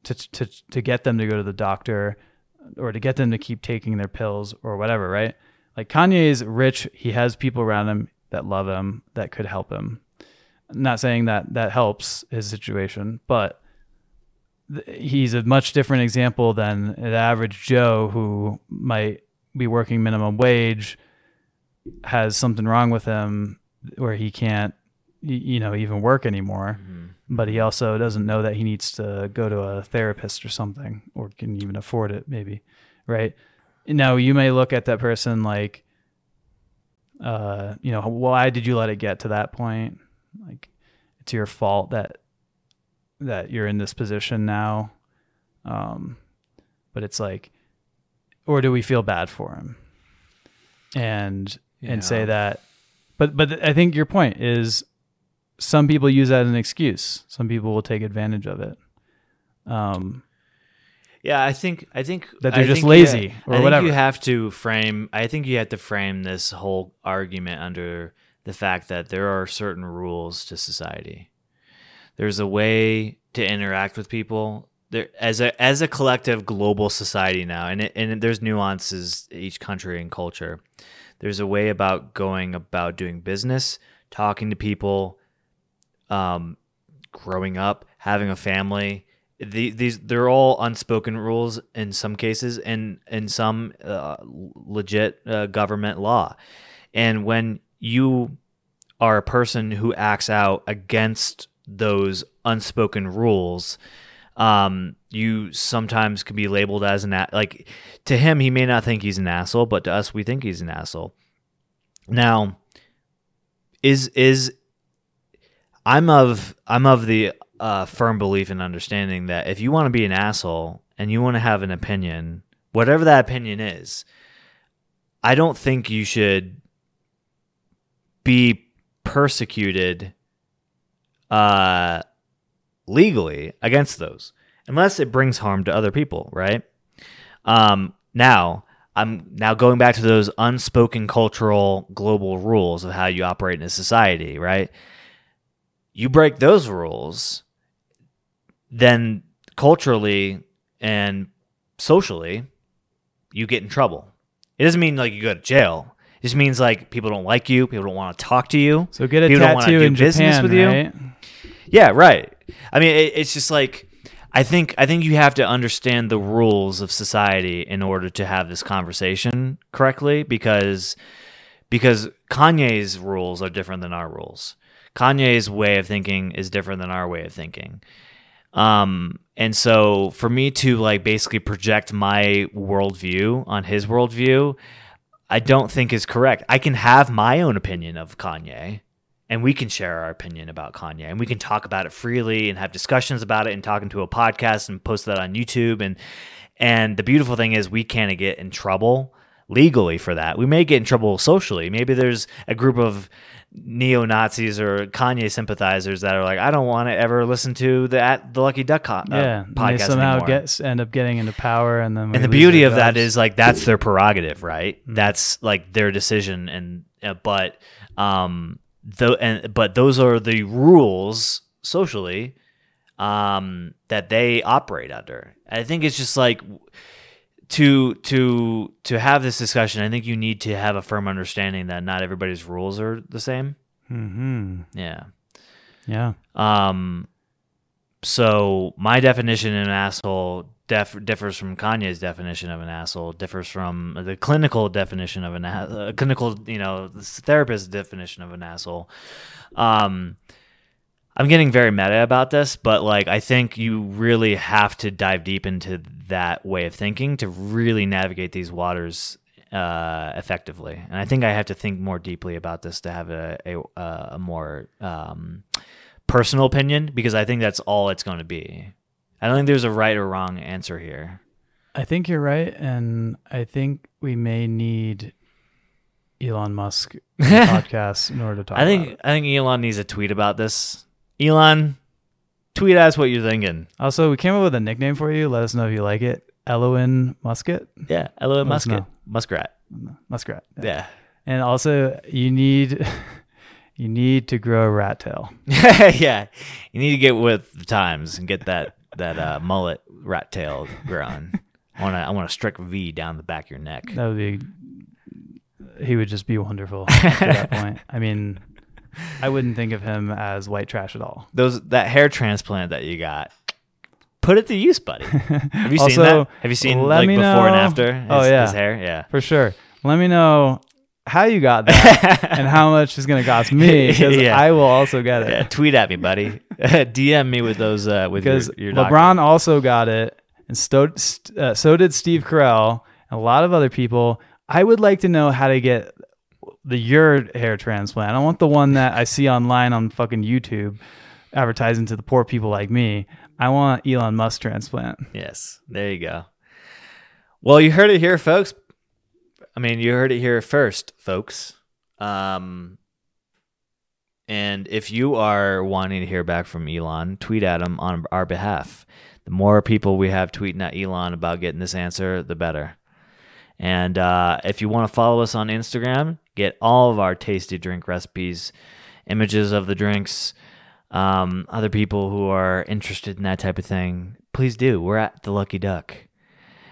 to to to get them to go to the doctor, or to get them to keep taking their pills or whatever, right? Like Kanye is rich, he has people around him that love him that could help him. not saying that that helps his situation, but th- he's a much different example than the average Joe who might be working minimum wage has something wrong with him where he can't y- you know even work anymore but he also doesn't know that he needs to go to a therapist or something or can even afford it maybe right now you may look at that person like uh you know why did you let it get to that point like it's your fault that that you're in this position now um but it's like or do we feel bad for him and and say Yeah. that but but i think your point is some people use that as an excuse some people will take advantage of it um yeah, I think, I think That they're I just think you- lazy or I think whatever. You have to frame. I think you have to frame this whole argument under the fact that there are certain rules to society. There's a way to interact with people there as a as a collective global society now, and it, and there's nuances in each country and culture. There's a way about going about doing business, talking to people, um, growing up, having a family. The, these they're all unspoken rules in some cases, and in some uh, legit uh, government law. And when you are a person who acts out against those unspoken rules, um, you sometimes can be labeled as an a- like to him he may not think he's an asshole, but to us we think he's an asshole. Now, is is I'm of I'm of the uh, firm belief and understanding that if you want to be an asshole and you want to have an opinion, whatever that opinion is, I don't think you should be persecuted uh, legally against those, unless it brings harm to other people, right? Um, now, I'm now going back to those unspoken cultural global rules of how you operate in a society, right? You break those rules, then culturally and socially, you get in trouble. It doesn't mean like you go to jail. It just means like people don't like you, people don't want to talk to you. So get a People don't wanna tattoo do in business Japan, with you. Uh, right? Yeah, right. I mean, it, it's just like I think I think you have to understand the rules of society in order to have this conversation correctly because because Kanye's rules are different than our rules. Kanye's way of thinking is different than our way of thinking. Um, and so for me to like basically project my worldview on his worldview, I don't think is correct. I can have my own opinion of Kanye and we can share our opinion about Kanye and we can talk about it freely and have discussions about it and talk into a podcast and post that on YouTube and and the beautiful thing is we can't get in trouble legally for that. We may get in trouble socially. Maybe there's a group of neo-Nazis or Kanye sympathizers that are like I don't want to ever listen to the at the Lucky Duck co- uh, yeah, and podcast they somehow anymore. gets end up getting into power, and then we and the lose beauty our of that jobs. is like that's their prerogative right that's like their decision and uh, but um though and but those are the rules socially um that they operate under i think it's just like to to to have this discussion i think you need to have a firm understanding that not everybody's rules are the same Mhm. yeah yeah, um, so my definition of an asshole def- differs from Kanye's definition of an asshole, differs from the clinical definition of an a- uh, clinical, you know, therapist definition of an asshole. Um, I'm getting very meta about this, but like I think you really have to dive deep into that way of thinking to really navigate these waters uh, effectively. And I think I have to think more deeply about this to have a a, uh, a more um, personal opinion because I think that's all it's going to be. I don't think there's a right or wrong answer here. I think you're right, and I think we may need Elon Musk on the podcast in order to talk. I about think it. I think Elon needs a tweet about this. Elon, tweet us what you're thinking. also we came up with a nickname for you. Let us know if you like it. Eloin Musket, Yeah, hello Let us Musket, know. Muskrat. Muskrat, Yeah, and also you need you need to grow a rat tail. yeah. You need to get with the times and get that that uh, mullet rat tail growing. I want to I want a strict V down the back of your neck. That would be. He would just be wonderful at that point. I mean, I wouldn't think of him as white trash at all. Those that hair transplant that you got. Put it to use, buddy. Have you seen Also, that? Have you seen let like me before and know- after? His, Oh, yeah. his hair. Yeah. For sure. Let me know how you got that and how much it's going to cost me because Yeah. I will also get it. Yeah, tweet at me, buddy. DM me with those uh, with your, Because your LeBron doctor. also got it, and so, st- uh, so did Steve Carell and a lot of other people. I would like to know how to get the your hair transplant. I want the one that I see online on fucking YouTube advertising to the poor people like me. I want Elon Musk transplant. Yes, there you go. Well, you heard it here, folks. I mean, you heard it here first, folks. Um, and if you are wanting to hear back from Elon, tweet at him on our behalf. The more people we have tweeting at Elon about getting this answer, the better. And uh, if you want to follow us on Instagram, get all of our tasty drink recipes, images of the drinks, um, other people who are interested in that type of thing, please do. We're at the Lucky Duck.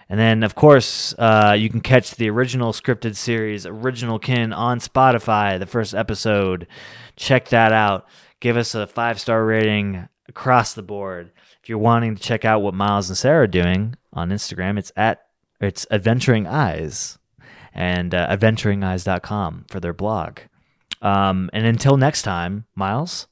And then, of course, uh, you can catch the original scripted series, Original Kin, on Spotify, the first episode. Check that out. Give us a five star rating across the board. If you're wanting to check out what Miles and Sarah are doing on Instagram, it's at it's Adventuring Eyes and uh, adventuringeyes.com for their blog. Um, and until next time, Miles.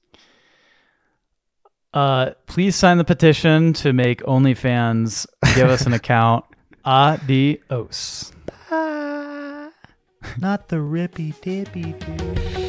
Uh, please sign the petition to make OnlyFans give us an account. Adios. Not the rippy dippy.